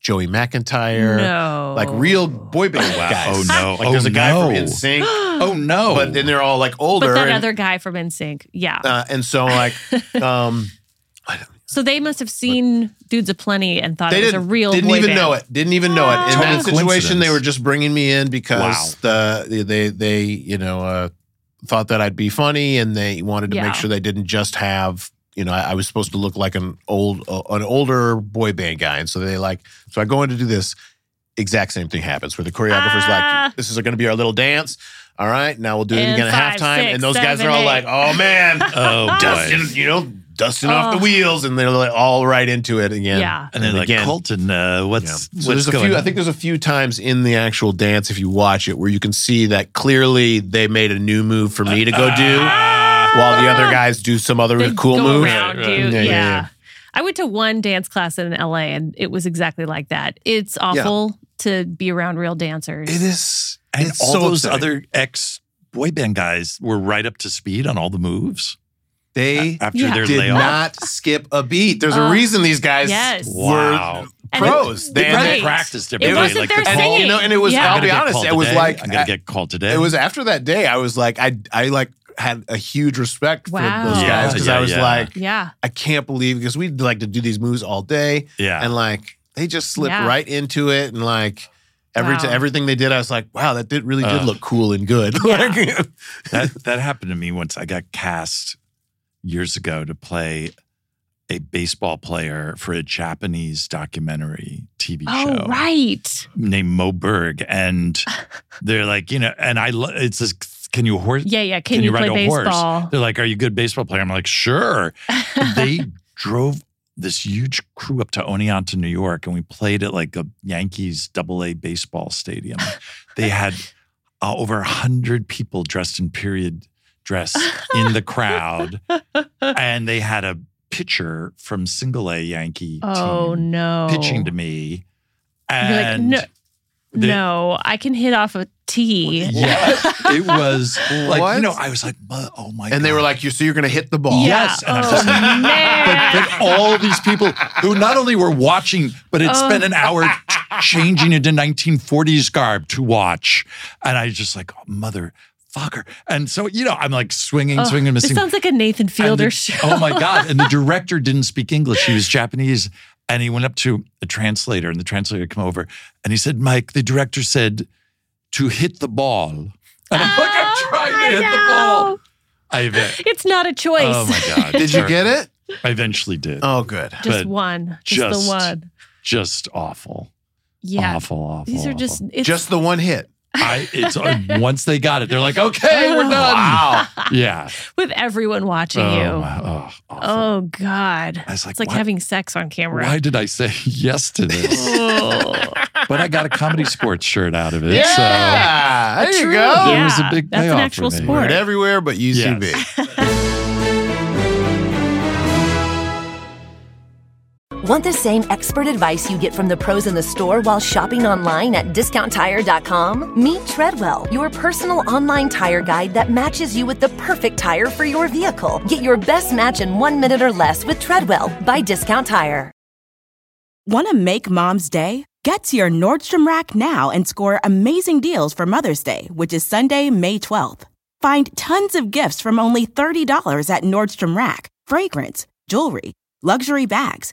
S6: Joey McIntyre,
S4: no,
S6: like
S4: [GASPS]
S6: real boy band
S3: Wow.
S6: guys.
S3: Oh, no.
S6: Like there's
S3: Oh,
S6: a guy
S3: [GASPS]
S6: from
S3: no.
S6: NSYNC,
S3: Oh no!
S6: but then they're all like older.
S4: but that
S6: and,
S4: other guy from NSYNC, yeah.
S6: uh, and
S4: [LAUGHS]
S6: so like um,
S4: so they must have seen Dudes Aplenty and thought
S6: they
S4: it was a
S6: didn't,
S4: real.
S6: didn't
S4: boy
S6: even
S4: band. Ah.
S6: know it didn't even know it in
S4: Total
S6: that situation
S3: coincidence.
S6: they were just bringing me in because the they they you know uh, thought that i'd be funny and they wanted to
S4: Yeah.
S6: make sure they didn't just have you know I, I was supposed to look like an old uh, an older boy band guy and so they like so i go in to do this exact same thing happens where the choreographer's
S4: Ah.
S6: like this is going to be our little dance all right now we'll do it
S4: And
S6: again at
S4: five,
S6: halftime
S4: six,
S6: and those guys
S4: seven,
S6: are all
S4: eight.
S6: like oh
S4: [LAUGHS]
S6: man
S3: oh
S6: dusting
S3: boy!
S6: you know dusting off
S4: Oh.
S6: the wheels and they're like all right into it again
S4: Yeah.
S3: And then like Colton, uh, what's
S6: yeah. so
S3: what's
S6: there's a
S3: going?
S6: few. I
S3: on?
S6: think there's a few times in the actual dance, if you watch it, where you can see that clearly they made a new move for me to go do,
S4: Ah!
S6: while the other guys do some other
S4: They
S6: cool
S4: go
S6: move.
S4: around
S3: Yeah,
S4: you.
S6: yeah,
S4: Yeah,
S6: yeah, yeah.
S4: I went to one dance class in LA, and it was exactly like that. It's awful to be around real dancers.
S6: It is,
S3: and
S6: it's
S3: all
S6: so
S3: those
S6: upsetting.
S3: other ex boy band guys were right up to speed on all the moves
S6: They
S3: after
S4: Yeah.
S3: their
S6: did
S3: layoff.
S6: not skip a beat. There's a
S4: Uh,
S6: reason these guys
S4: yes.
S6: were
S3: wow!
S4: And it-
S6: pros. they,
S3: They
S6: and
S4: Right.
S6: they-
S3: practiced every
S4: It
S3: day.
S4: wasn't
S3: like
S4: their
S3: the
S6: and,
S3: call.
S6: you
S4: singing.
S6: know, and it was.
S4: Yeah.
S3: I'm
S6: I'll
S3: gonna
S6: be
S3: get
S6: honest.
S3: called
S6: It was
S3: today.
S6: like
S3: I'm gonna get called today.
S6: It was after that day. I was like, I, I like had a huge respect
S4: Wow.
S6: for those
S3: Yeah,
S6: guys because
S3: yeah,
S6: I was
S3: yeah.
S6: like,
S4: yeah.
S6: I can't believe because we like to do these moves all day.
S3: yeah.
S6: and like they just slipped
S4: Yeah.
S6: right into it and like every
S4: Wow.
S6: t- everything they did i was like wow that did really did
S3: Uh.
S6: look cool and good
S4: Yeah.
S6: [LAUGHS] Like,
S3: that that happened to me once. I got cast years ago to play a baseball player for a Japanese documentary TV
S4: Oh
S3: show
S4: right.
S3: named Mo Berg,
S4: [LAUGHS]
S3: and they're like, you know, and I lo- it's this. Can you horse?
S4: Yeah, yeah. Can,
S3: Can
S4: you,
S3: you
S4: play
S3: ride a horse?
S4: baseball?
S3: They're like, are you a good baseball player? I'm like,
S4: [LAUGHS]
S3: sure. they drove this huge crew up to Oneonta, New York, and we played at like a Yankees Double A baseball stadium. they had uh, over hundred people dressed in period dress in the
S4: [LAUGHS]
S3: crowd, and they had a pitcher from Single A Yankee
S4: oh
S3: team
S4: no.
S3: pitching to me,
S4: You're like,
S3: and.
S4: "No,
S3: the-
S4: no, I can hit off a tee.
S3: Yeah, it was like
S6: What?
S3: you know. I was like, "Mu- "Oh my!"
S6: and they
S3: God."
S6: were like you so you're gonna hit the ball
S4: Yeah.
S3: Yes. [LAUGHS] And I'm
S4: Oh,
S3: just like,
S4: man.
S3: but, but all these people who not only were watching, but
S4: Oh.
S3: had spent an hour ch- changing into 1940s garb to watch. And I was just like, oh, mother fucker. And so, you know, I'm like swinging,
S4: Oh,
S3: swinging,
S4: this
S3: missing.
S4: sounds like a Nathan
S3: And the-
S4: Fielder show.
S3: Oh my God.
S6: [LAUGHS]
S3: And the director didn't speak English. He was Japanese. And he went up to a translator, and the translator came over and he said, Mike, the director said to hit the ball. And I'm like,
S4: Oh,
S3: I'm trying
S4: I
S3: to hit the
S4: know.
S3: ball. I ev-
S4: It's not a choice.
S3: Oh my God.
S6: did you get it
S3: I eventually did.
S6: oh good
S4: just
S3: but
S4: one. Just,
S3: just-
S4: the one.
S3: Just awful.
S4: Yeah.
S3: Awful, awful.
S4: These are just
S3: awful.
S4: it's
S6: just the one hit
S3: I, it's uh,
S4: [LAUGHS]
S3: once they got it, they're like, okay, we're done. Wow. Yeah.
S4: with everyone watching
S3: oh,
S4: you.
S3: my- oh, awful.
S4: Oh God.
S3: I was like,
S4: It's like
S3: why,
S4: having sex on camera.
S3: why did I say [LAUGHS] yes to this?
S4: Oh.
S3: but I got a comedy sports shirt out of it. So
S6: yeah there you
S4: True.
S6: go
S4: Yeah.
S3: It was a big
S4: That's an
S3: payoff
S4: actual
S3: for me.
S4: sport.
S6: Heard everywhere but ucb
S7: Want the same expert advice you get from the pros in the store while shopping online at discounttire.com? Meet Treadwell, your personal online tire guide that matches you with the perfect tire for your vehicle. Get your best match in one minute or less with Treadwell by Discount Tire.
S8: Want to make mom's day? Get to your Nordstrom Rack now and score amazing deals for Mother's Day, which is Sunday, May 12th. Find tons of gifts from only $30 at Nordstrom Rack fragrance, jewelry, luxury bags,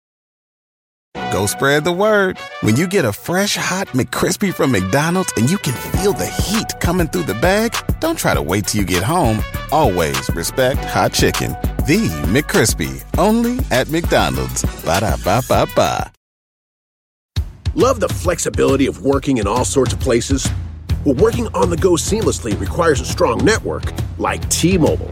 S1: Go spread the word. When you get a fresh hot McCrispy from McDonald's and you can feel the heat coming through the bag, don't try to wait till you get home. Always respect hot chicken. The McCrispy, only at McDonald's. Ba da ba ba ba.
S2: Love the flexibility of working in all sorts of places? Well, working on the go seamlessly requires a strong network like T Mobile.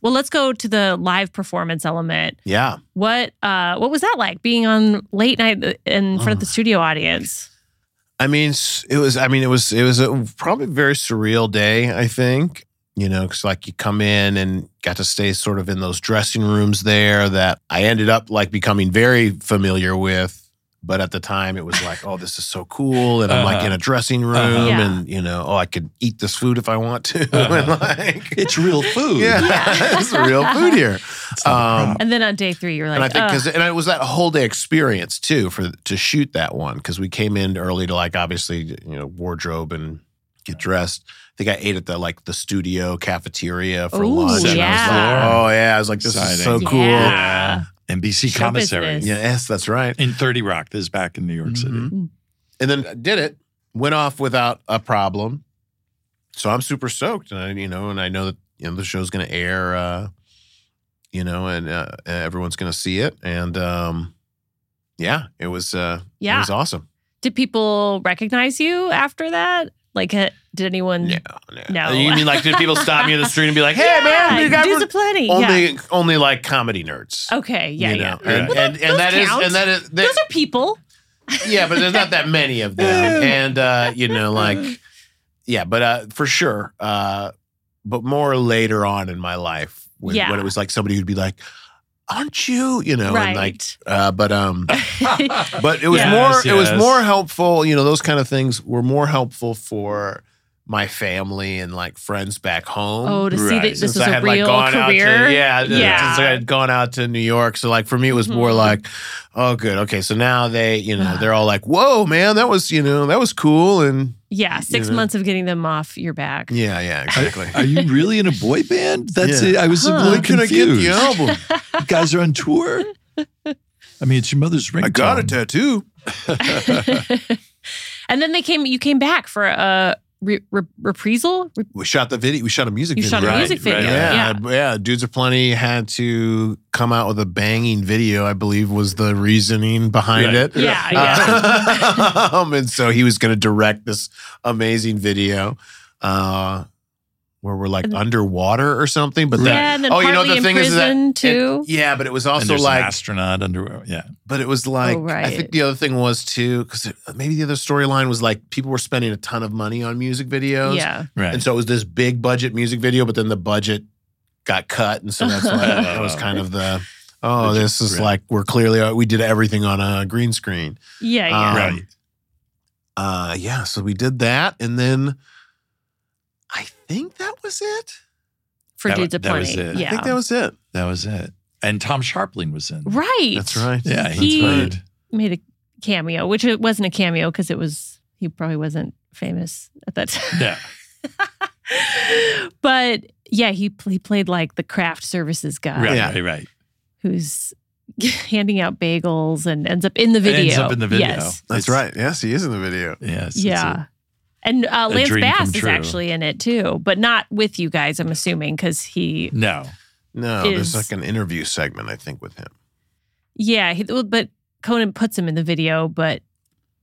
S4: Well, let's go to the live performance element.
S6: Yeah.
S4: What uh what was that like being on late night uh, in front of the studio audience?
S6: I mean, s- it was. I mean, it was. It was a probably very surreal day. I think you know, because like you come in and got to stay sort of in those dressing rooms there that I ended up like becoming very familiar with. But at the time, it was like, oh, this is so cool, and I'm like
S3: Uh-huh.
S6: in a dressing room,
S3: Uh-huh.
S4: Yeah.
S6: and you know, oh, I could eat this food if I want to, [LAUGHS] and
S3: Uh-huh.
S6: like,
S3: It's real food.
S6: [LAUGHS] yeah,
S4: Yeah.
S6: [LAUGHS] it's real food here.
S3: [LAUGHS] It's not a
S6: Um,
S3: prop.
S4: And then on day three, you're like, uh.
S6: and I think
S4: "Ugh."
S6: because and it was that whole day experience too for to shoot that one because we came in early to like obviously you know wardrobe and get dressed. I think I ate at the like the studio cafeteria for
S4: Ooh,
S6: lunch. and
S4: yeah.
S6: I was like, oh yeah, I was like, this is so
S3: Exciting.
S6: cool.
S4: Yeah.
S3: NBC
S4: Show
S3: commissary
S4: business.
S6: Yes, that's right.
S3: in 30 Rock. This is back in New York City.
S4: Mm-hmm.
S6: and then I did it. Went off without a problem. So I'm super stoked, and I, you know, and I know that you know the show's going to air, uh, you know, and uh, everyone's going to see it, and um, yeah, it was, uh, it
S4: yeah.
S6: was awesome.
S4: Did people recognize you after that? Like, ha- did anyone? No.
S6: You mean like did people stop me in the street and be
S4: [LAUGHS]
S6: like, "Hey,
S4: yeah,
S6: man, you got
S4: dudes aplenty.
S6: only
S4: yeah.
S6: only like comedy nerds."
S4: Okay. Yeah.
S6: you
S4: yeah.
S6: know? and
S4: Well,
S6: and,
S4: that-
S6: and
S4: those
S6: that is
S4: count.
S6: and that is
S4: Those are people.
S6: [LAUGHS] yeah, but there's not that many
S4: [LAUGHS]
S6: of them. And uh, you know, like yeah, but uh for sure. Uh but more later on in my life when,
S4: Yeah.
S6: when it was like somebody who'd be like, Aren't you? You know, and like
S4: right.
S6: uh but
S4: [LAUGHS]
S6: um but it was
S3: Yes,
S6: more it was
S3: yes.
S6: more helpful, you know, those kind of things were more helpful for my family and like friends back home.
S4: oh, to see that
S3: Right.
S4: this
S6: Since
S4: is
S6: I
S4: a
S6: had,
S4: real
S6: gone out to-
S4: career.
S6: yeah,
S4: Yeah.
S6: Since I had gone out to New York, so like for me, it was more
S4: Mhm.
S6: like, oh, good, okay. So now they, you know, they're all like, whoa, man, that was, you know, that was cool, and
S4: Yeah, Six
S6: You know.
S4: months of getting them off your back.
S6: yeah, yeah, exactly.
S3: Are you really in a boy band? That's
S6: Yeah.
S3: it. I was
S4: Huh.
S3: really
S6: When can I
S3: confused.
S6: get the
S3: [LAUGHS]
S6: album?
S4: [LAUGHS]
S3: You guys are on tour. I mean, it's your mother's ring.
S6: I got a tattoo.
S4: and then they came. You came back for a re- re- reprisal. Re-
S6: We shot the video. We shot a music
S4: You
S6: video.
S4: shot a
S3: Right,
S4: music video.
S3: right,
S6: Yeah, yeah, Dudes are plenty had to come out with a banging video. I believe was the reasoning behind
S3: Right.
S4: [LAUGHS]
S6: it.
S4: Yeah,
S6: [LAUGHS] Uh,
S4: yeah.
S6: Um, and so he was going to direct this amazing video, uh, where we're like
S4: And-
S6: underwater or something. But
S4: Yeah,
S6: then,
S4: and then
S6: oh, you know
S4: partly
S6: the
S4: in
S6: thing is that
S4: prison
S6: it-
S4: too.
S6: yeah, but it was
S3: And
S6: also
S3: there's
S6: like
S3: an astronaut underwear. Yeah.
S6: but it was like I
S4: Oh, right.
S6: think the other thing was too because maybe the other storyline was like people were spending a ton of money on music videos,
S4: yeah.
S3: Right.
S6: and so it was this big budget music video, but then the budget got cut, and so
S3: [LAUGHS]
S6: that's why that was kind of the oh,
S3: Budget,
S6: this is
S3: right.
S6: like we're clearly uh, we did everything on a green screen.
S4: Yeah. Yeah.
S6: Um,
S3: right.
S6: Uh, yeah, so we did that, and then I think that was it.
S4: for
S3: that-
S4: dudes
S3: that was
S4: aplenty.
S3: it. I
S4: Yeah.
S6: I think Uh, that was it.
S3: That was it. And Tom Sharpling was in.
S4: right.
S6: That's right.
S3: Yeah.
S6: that's
S3: He
S6: right.
S3: played.
S4: Made a cameo, which it wasn't a cameo because it was he probably wasn't famous at that [LAUGHS] time.
S3: Yeah.
S4: but yeah, he he played like the craft services guy
S3: Right.
S6: Yeah.
S3: Right. Right.
S4: who's [LAUGHS] handing out bagels and ends up in the video.
S3: Ends up in the video.
S4: Yes.
S3: It's-
S6: That's right. Yes, he is in the video.
S3: Yes. it's
S4: yeah. And uh, Lance
S3: dream come
S4: Bass is
S3: true.
S4: actually in it too, but not with you guys, I'm assuming, because he,
S3: a- no.
S6: No,
S4: Is-
S6: there's like an interview segment I think with him.
S4: yeah, he, well, but Conan puts him in the video, but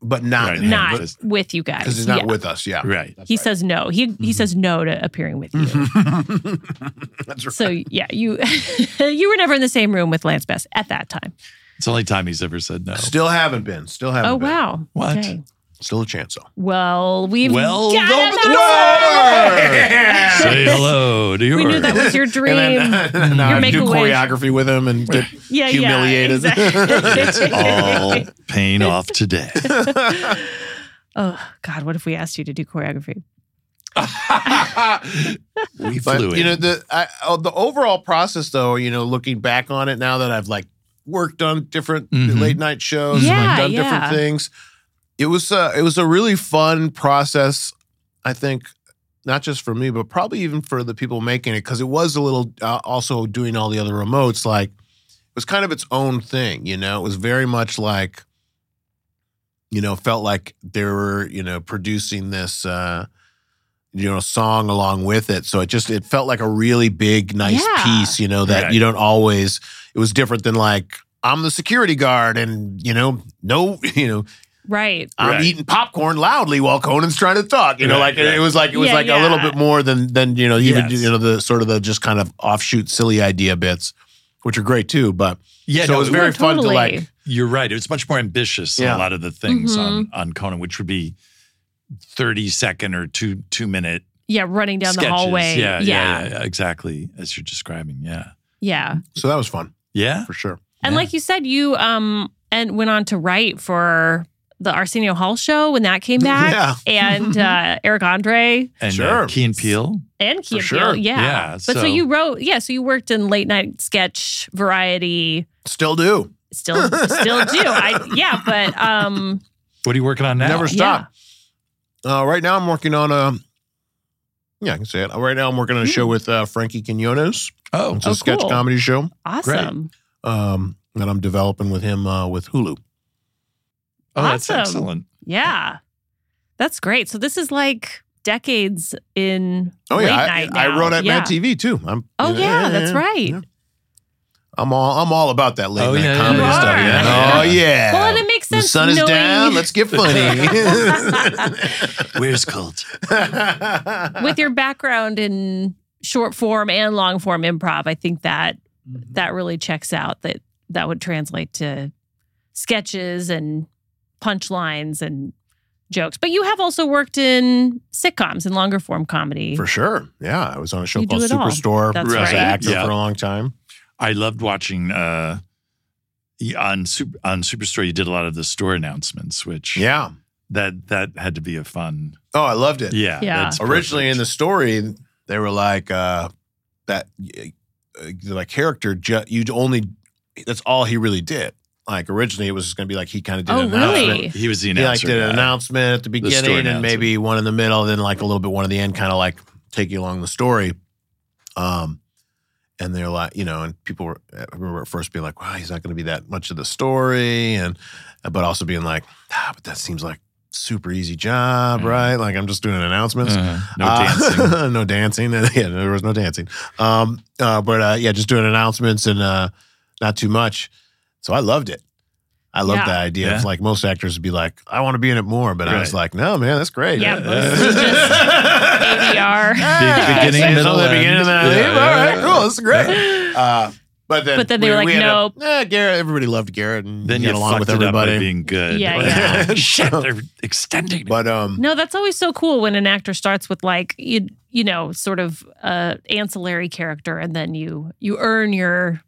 S6: but not
S3: Right. Yeah,
S4: not
S3: just-
S4: with you guys.
S6: because he's not
S4: Yeah.
S6: with us. Yeah,
S3: Right.
S4: he says no. He
S3: Mm-hmm.
S4: he says no to appearing with you.
S6: [LAUGHS] that's right.
S4: so yeah, you [LAUGHS] you were never in the same room with Lance Bass at that time.
S3: It's the only time he's ever said no.
S6: Still haven't been. Still haven't.
S4: Oh
S6: been.
S4: wow.
S3: What?
S4: Okay.
S6: Still a chance, though. [LAUGHS]
S4: Well, we've
S3: Well,
S4: got
S3: over
S4: him
S3: the
S4: outside.
S3: Say hello to your.
S4: We knew that was your dream.
S6: And then, uh,
S3: Your
S6: now I do
S4: make-a-wish.
S6: choreography with
S3: [LAUGHS]
S6: him and get
S4: yeah,
S6: humiliated.
S4: yeah, exactly.
S3: all pain off today.
S6: [LAUGHS]
S4: [LAUGHS] oh God, what if we asked you to do choreography?
S3: we
S6: But
S3: flew
S6: you know
S3: in.
S6: the I, oh, the overall process, though. You know, looking back on it now that I've like worked on different
S3: Mhm.
S6: late night shows and
S4: Yeah,
S6: I've done
S4: yeah.
S6: different things, it was uh, it was a really fun process. I think not just for me, but probably even for the people making it because it was a little uh, also doing all the other remotes. Like it was kind of its own thing. You know, it was very much like you know felt like they were you know producing this. uh you know song along with it so it just it felt like a really big nice
S4: Yeah.
S6: piece you know that
S3: Right.
S6: you don't always it was different than like i'm the security guard and you know no [LAUGHS] you know
S4: Right.
S6: i'm
S3: Right.
S6: eating popcorn loudly while conan's trying to talk you know
S3: Right,
S6: like it-
S3: right.
S6: it was like it was
S4: Yeah,
S6: like a little
S4: yeah.
S6: bit more than than you know even
S3: Yes.
S6: you know the sort of the just kind of offshoot silly idea bits which are great too but
S3: yeah,
S6: so
S3: no,
S6: it was
S3: it-
S6: very
S4: No,
S6: fun to
S4: totally.
S6: like
S3: you're right. It was much more ambitious than
S6: Yeah.
S3: a lot of the things on,
S4: Mm-hmm.
S3: on Conan, which would be 30 second or two two minute
S4: Yeah, running down
S3: sketches.
S4: the hallway.
S3: Yeah, yeah,
S4: yeah.
S3: yeah, exactly as you're describing. Yeah,
S4: yeah.
S6: so that was fun
S3: yeah.
S6: for sure
S4: And
S3: Yeah.
S4: like you said, you um and went on to write for the Arsenio Hall show when that came back,
S6: [LAUGHS]
S4: and uh, Eric Andre
S3: And uh,
S6: Sure.
S3: Key and Peele.
S4: and Key
S6: For
S4: and Peele.
S6: sure.
S4: Yeah.
S3: Yeah,
S4: But so,
S3: so-
S4: you wrote, yeah. So you worked in late night sketch variety.
S6: still do [LAUGHS]
S4: Still, still do. I yeah, but um,
S3: What are you working on now?
S6: Never
S4: Yeah.
S6: stop. Uh, right now, I'm working on a. Yeah, I can say it. Right now, I'm working on a show with uh, Frankie Quinones.
S3: Oh,
S6: It's a
S4: Hmm. Oh,
S6: sketch
S4: cool.
S6: comedy show
S4: awesome.
S6: um, that I'm developing with him uh, with Hulu.
S3: oh, that's
S4: Awesome.
S3: excellent.
S4: Yeah, that's great. So this is like decades in.
S6: Oh
S4: late
S6: yeah,
S4: night
S6: I, I
S4: now.
S6: wrote at
S4: yeah.
S6: Mad TV too. I'm,
S4: Oh yeah, that's right.
S6: yeah. I'm all I'm all about that late
S3: Oh,
S6: night
S3: yeah, yeah,
S6: comedy
S4: yeah.
S6: stuff.
S4: You
S6: Yeah.
S3: are.
S6: Oh yeah.
S4: Well, and it makes
S6: the
S4: sense.
S6: sun is
S4: knowing-
S6: down. Let's get
S4: [LAUGHS]
S6: [LAUGHS]
S3: Where's Colt?
S6: funny.
S4: with your background in short form and long form improv, I think that that really checks out that that would translate to sketches and punchlines and jokes. But you have also worked in sitcoms and longer form comedy.
S6: for sure. Yeah, I was on a show
S4: You do
S6: called
S4: it all.
S6: Superstore.
S4: That's
S6: I was
S3: right.
S6: an actor
S3: Yeah.
S6: for a long time.
S3: I loved watching uh, on Super, on Superstore. You did a lot of the store announcements, which
S6: Yeah.
S3: that that had to be a fun.
S6: Oh, I loved it.
S3: Yeah,
S4: Yeah.
S3: that's
S6: originally in the
S3: perfect.
S6: story they were like uh that uh, like character ju- you only that's all he really did like originally it was just gonna be like he kind of did
S4: Oh,
S6: an announcement
S4: really?
S3: he was the
S6: he like
S3: announcer.
S6: did an
S3: guy.
S6: announcement at the
S3: story
S6: beginning and
S3: announcer.
S6: maybe one in the middle then like a little bit one at the end kind of like take you along the story um and they're like you know and people were i remember at first being like wow he's not going to be that much of the story and but also being like ah, but that seems like super easy job
S3: Mhm.
S6: right like i'm just doing announcements
S3: Uh, no
S6: uh,
S3: dancing.
S6: [LAUGHS] no dancing. yeah, there was no dancing. Um, uh, but uh, yeah, just doing announcements and uh, not too much. So I loved it. I loved
S4: Yeah.
S6: that idea.
S3: Yeah.
S6: It's like most actors would be like, I want to be in it more. But I was
S3: Right.
S6: like, no, man, that's great. Uh,
S4: Yeah, [LAUGHS] mostly just ADR.
S6: [LAUGHS] Yeah,
S3: Be- beginning,
S6: it's
S3: middle,
S6: only
S3: end.
S6: beginning, and then I
S3: Yeah,
S6: leave.
S3: yeah,
S6: All right,
S3: yeah.
S6: cool. This is great. Uh, but then,
S4: But then they were like,
S6: ended up-
S4: nope.
S6: eh, Garrett. Everybody loved Garrett, and
S3: then
S6: he
S3: you
S6: got along
S3: fucked
S6: with
S3: it up by
S6: everybody.
S3: being good.
S4: Yeah,
S3: Like,
S6: yeah.
S3: "Oh, [LAUGHS] shit,
S6: [LAUGHS]
S3: they're extending.
S6: But um,
S4: No, that's always so cool when an actor starts with like you you know sort of uh, ancillary character, and then you you earn your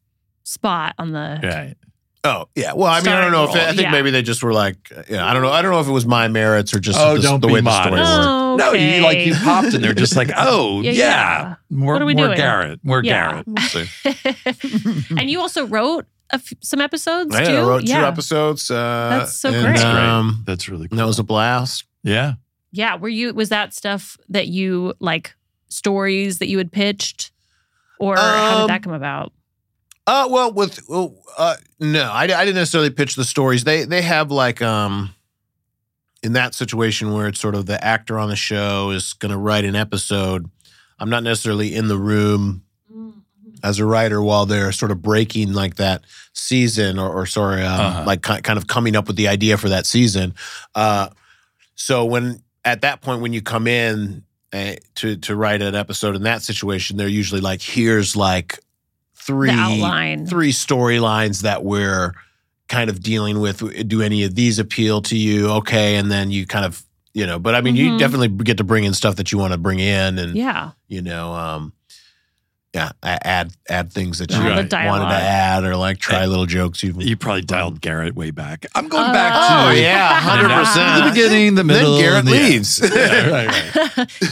S4: spot on the [LAUGHS]
S3: right.
S6: Oh yeah. Well, I mean, I don't know if
S4: Starring
S6: I think
S4: role, yeah.
S6: maybe they just were like, yeah, I don't know. I don't know if it was my merits or just
S3: Oh,
S6: the,
S3: don't
S6: the
S3: be
S6: way the
S3: modest.
S6: story worked.
S4: Oh,
S3: No, you like
S4: okay.
S3: you popped and they're
S4: [LAUGHS]
S3: just like, oh
S4: Yeah,
S3: yeah,
S4: yeah.
S3: more
S4: What are we
S3: more
S4: doing?
S3: Garrett, more
S4: Yeah.
S3: Garrett.
S6: We'll see.
S4: [LAUGHS] and you also wrote a f- some episodes
S6: Yeah,
S4: too.
S6: I wrote two episodes. Uh,
S4: That's so
S6: and,
S4: great. That's
S3: great.
S6: um,
S3: That's really cool.
S6: that was a blast.
S3: yeah,
S4: Yeah, were you was that stuff that you like stories that you had pitched, or how
S6: Um,
S4: did that come about?
S6: Uh, well, with well, uh, no, I, I didn't necessarily pitch the stories. They they have like um, in that situation where it's sort of the actor on the show is going to write an episode. I'm not necessarily in the room
S4: Mm-hmm.
S6: as a writer while they're sort of breaking like that season or, or sorry, um,
S3: Uh-huh.
S6: like ki- kind of coming up with the idea for that season. Uh, so when at that point when you come in uh, to to write an episode in that situation, they're usually like, here's like
S4: The
S6: three
S4: outline.
S6: three storylines that we're kind of dealing with do any of these appeal to you? Okay. And then you kind of, you know, but I mean, you
S4: Mhm.
S6: definitely get to bring in stuff that you want to bring in and,
S4: Yeah.
S6: you know, um, yeah, a- add add things that you
S4: All
S3: the
S6: wanted to
S4: dialogue.
S6: add, or like try little jokes you've
S3: You probably dialed Garrett way back.
S6: [LAUGHS]
S3: I'm
S4: Uh,
S3: going back
S6: Oh
S3: to
S6: [LAUGHS] yeah, hundred
S3: the
S6: percent.
S3: beginning, the middle,
S6: Then Garrett
S3: and the end.
S6: leaves.
S3: Yeah, [LAUGHS] right, right.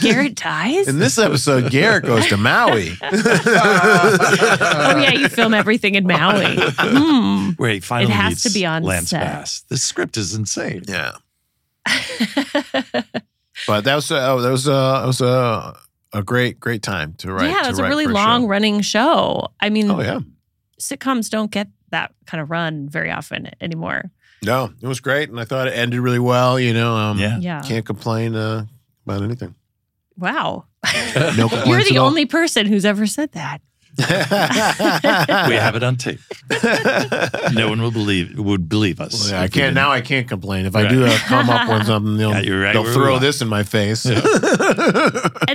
S4: [LAUGHS] Garrett dies?
S6: [LAUGHS] In this episode, Garrett goes to Maui. [LAUGHS]
S4: oh, yeah. You film everything in
S6: [LAUGHS]
S4: Maui. Hmm.
S3: Where he finally
S4: has
S3: meets
S4: to be on
S3: Lance
S4: set.
S3: Bass. This script is insane.
S4: [LAUGHS]
S6: yeah, but that was uh, that was uh, that was a a great great time to write.
S4: yeah,
S6: to
S4: it's a
S6: write
S4: really
S6: for
S4: long
S6: show.
S4: running show. I mean,
S6: Oh yeah,
S4: sitcoms don't get that kind of run very often anymore.
S6: no, it was great, and I thought it ended really well. You know, um,
S3: Yeah.
S4: Yeah.
S6: can't complain uh,
S3: [LAUGHS]
S6: about anything.
S4: Wow.
S6: No
S4: You're
S6: complaints
S4: the
S6: at all.
S4: only [LAUGHS] person who's ever said
S6: [LAUGHS]
S4: that.
S3: We have it on tape. No one will believe would believe us.
S6: Well, [LAUGHS] yeah, I
S3: if we
S6: can't
S3: didn't.
S6: now. I can't complain if I
S3: Right.
S6: do uh, come up with something.
S3: [LAUGHS]
S6: They'll,
S3: Yeah, you're right.
S6: they'll
S3: We're
S6: throw
S3: right.
S6: this in my face.
S4: and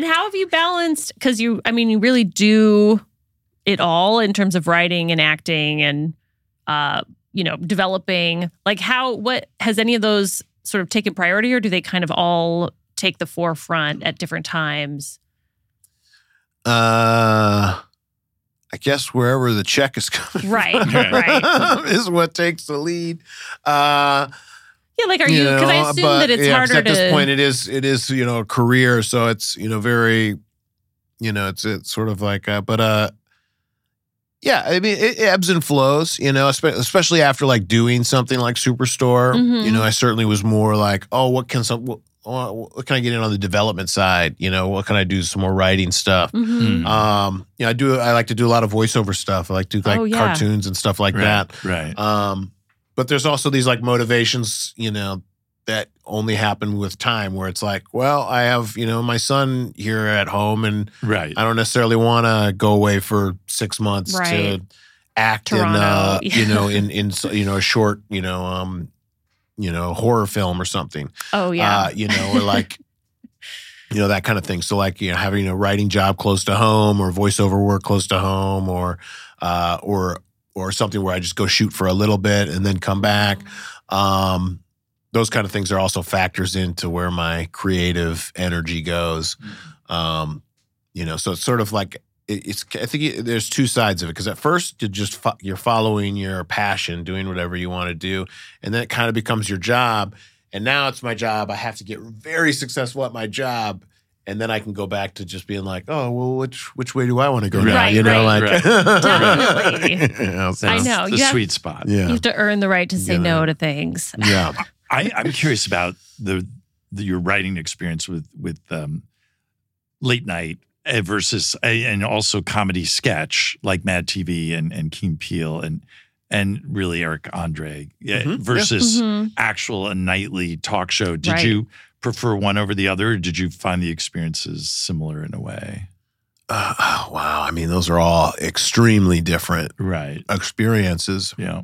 S4: how have you balanced because you i mean you really do it all in terms of writing and acting and uh you know developing like how what has any of those sort of taken priority or do they kind of all take the forefront at different times
S6: [LAUGHS] Uh, I guess wherever the check is coming, [LAUGHS]
S4: Right,
S6: from
S4: right.
S6: [LAUGHS] is what takes the lead. Uh,
S4: yeah like are you because
S6: know,
S4: i assume
S6: but,
S4: that it's
S6: yeah, 'cause
S4: harder
S6: at
S4: to
S6: this point. It is, it is, you know, a career, so it's you know very, you know, it's it's sort of like, uh, but uh, yeah, I mean, it, it ebbs and flows, you know, espe- especially after like doing something like Superstore.
S4: Mhm.
S6: You know, I certainly was more like, oh, what can some. What, what can I get in on the development side? You know, what can I do? Some more writing stuff.
S4: Mhm.
S3: Mm.
S6: Um, you know, I do. I like to do a lot of voiceover stuff. I like to do like
S4: Oh, yeah.
S6: cartoons and stuff like
S3: right,
S6: that.
S3: Right.
S6: Um, but there's also these like motivations, you know, that only happen with time, where it's like, well, I have you know my son here at home, and
S3: Right.
S6: I don't necessarily want to go away for six months
S4: Right.
S6: to act in,
S4: Toronto.
S6: uh, you
S4: [LAUGHS]
S6: know, in in so- you know a short, you know, um, you know, horror film or something
S4: oh yeah
S6: uh, you know, or
S4: [LAUGHS]
S6: like, you know, that kind of thing. So like, you know, having a writing job close to home or voiceover work close to home or, uh, or, or something where I just go shoot for a little bit and then come back.
S4: Mm-hmm.
S6: Um, those kind of things are also factors into where my creative energy goes. Um, you know, so it's sort of like it- it's. I think it, there's two sides of it because at first you're just fo- you're following your passion, doing whatever you want to do, and then it kind of becomes your job. And now it's my job. I have to get very successful at my job, and then I can go back to just being like, oh, well, which which way do I want to go now?
S4: Right,
S6: You know,
S4: right.
S6: [LAUGHS] like
S4: Definitely.
S6: [LAUGHS] Yeah, so-
S4: I
S3: That's
S4: know,
S3: the
S4: you have-
S3: sweet spot.
S4: you
S6: Yeah,
S4: have to earn the right to say
S6: Yeah.
S4: no to things
S6: yeah.
S3: I, I'm curious about the, the your writing experience with with um, late night eh, versus eh, and also comedy sketch like Mad TV and and Keen Peel and and really Eric Andre yeah,
S6: Mhm. Yeah.
S3: versus
S4: Mhm.
S3: actual and nightly talk show. Did
S4: Right.
S3: you prefer one over the other, or did you find the experiences similar in a way?
S6: Uh, oh, wow. I mean, those are all extremely different
S3: Right.
S6: experiences
S3: Yeah.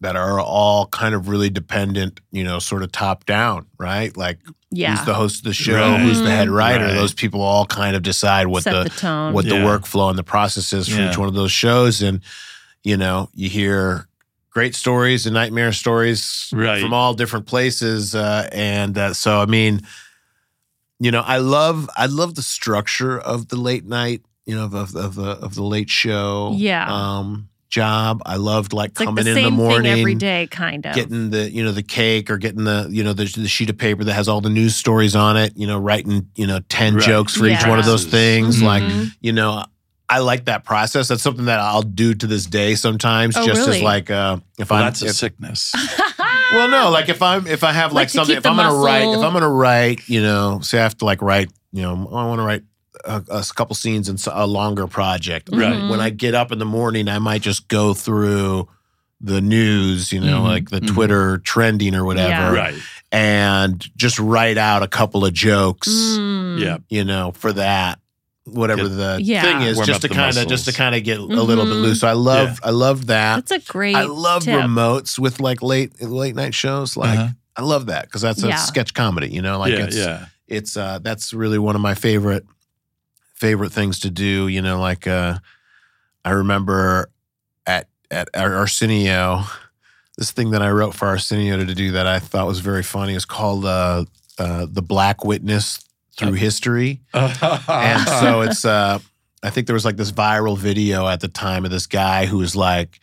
S6: that are all kind of really dependent, you know, sort of top down, right? Like who's
S4: yeah Mm-hmm.
S6: the host of the show,
S3: Right.
S6: who's the head writer.
S3: Right.
S6: Those people all kind of decide what
S4: set the,
S6: the,
S4: tone
S6: what
S3: Yeah.
S6: the workflow and the process is for
S3: Yeah.
S6: each one of those shows. And you know, you hear great stories and nightmare stories
S3: Right.
S6: from all different places. Uh, and uh, so, I mean, you know, I love I love the structure of the late night, you know, of of, of the of the late show,
S4: Yeah.
S6: um, job. I loved like
S4: it's like
S6: coming
S4: the
S6: in the
S4: same
S6: morning
S4: thing every day kind [LAUGHS] of
S6: getting the you know the cake or getting the you know the, the sheet of paper that has all the news stories on it you know writing you know 10
S3: Right.
S6: jokes for each one of those
S3: Yeah.
S6: things
S4: Mhm.
S6: like you know i like that process that's something that i'll do to this day sometimes
S4: Oh,
S6: just as
S4: really?
S6: like uh if
S3: Well,
S6: i'm
S3: that's a
S6: if- [LAUGHS]
S3: sickness.
S6: well no like if i'm if i have like,
S4: Like to
S6: something
S4: keep
S6: if
S4: the
S6: i'm gonna write if
S4: muscle-
S6: i'm gonna write you know say i have to like write you know i want to write a, a couple scenes in s- a longer project
S3: Right.
S6: when
S4: Mm-hmm.
S6: I get up in the morning, I might just go through the news, you know,
S3: Mhm.
S6: like the
S3: Mhm.
S6: Twitter trending or whatever,
S4: Mm-hmm. Yeah.
S3: Right.
S6: and just write out a couple of jokes,
S4: Mm.
S3: Yeah.
S6: you know, for that whatever
S3: Good.
S6: the
S4: Yeah.
S6: thing is,
S3: Warm
S6: just
S3: up
S6: to
S3: the
S6: kind of just to
S3: muscles.
S6: kind of get a little bit
S4: Mhm.
S6: loose. So I love I love that.
S4: That's a great.
S6: I love
S4: tip.
S6: remotes with like late late night shows. Like
S3: Uh-huh.
S6: I love that because that's a
S4: Yeah.
S6: sketch comedy, you know, like
S3: yeah.
S6: it's
S3: Yeah.
S6: it's uh that's really one of my favorite favorite things to do you know like uh i remember at at Ar- arsenio this thing that I wrote for Arsenio to do that I thought was very funny is called uh, uh, "The Black Witness Through History," [LAUGHS] and
S4: Ah.
S6: so it's. Uh, I think there was like this viral video at the time of this guy who was like,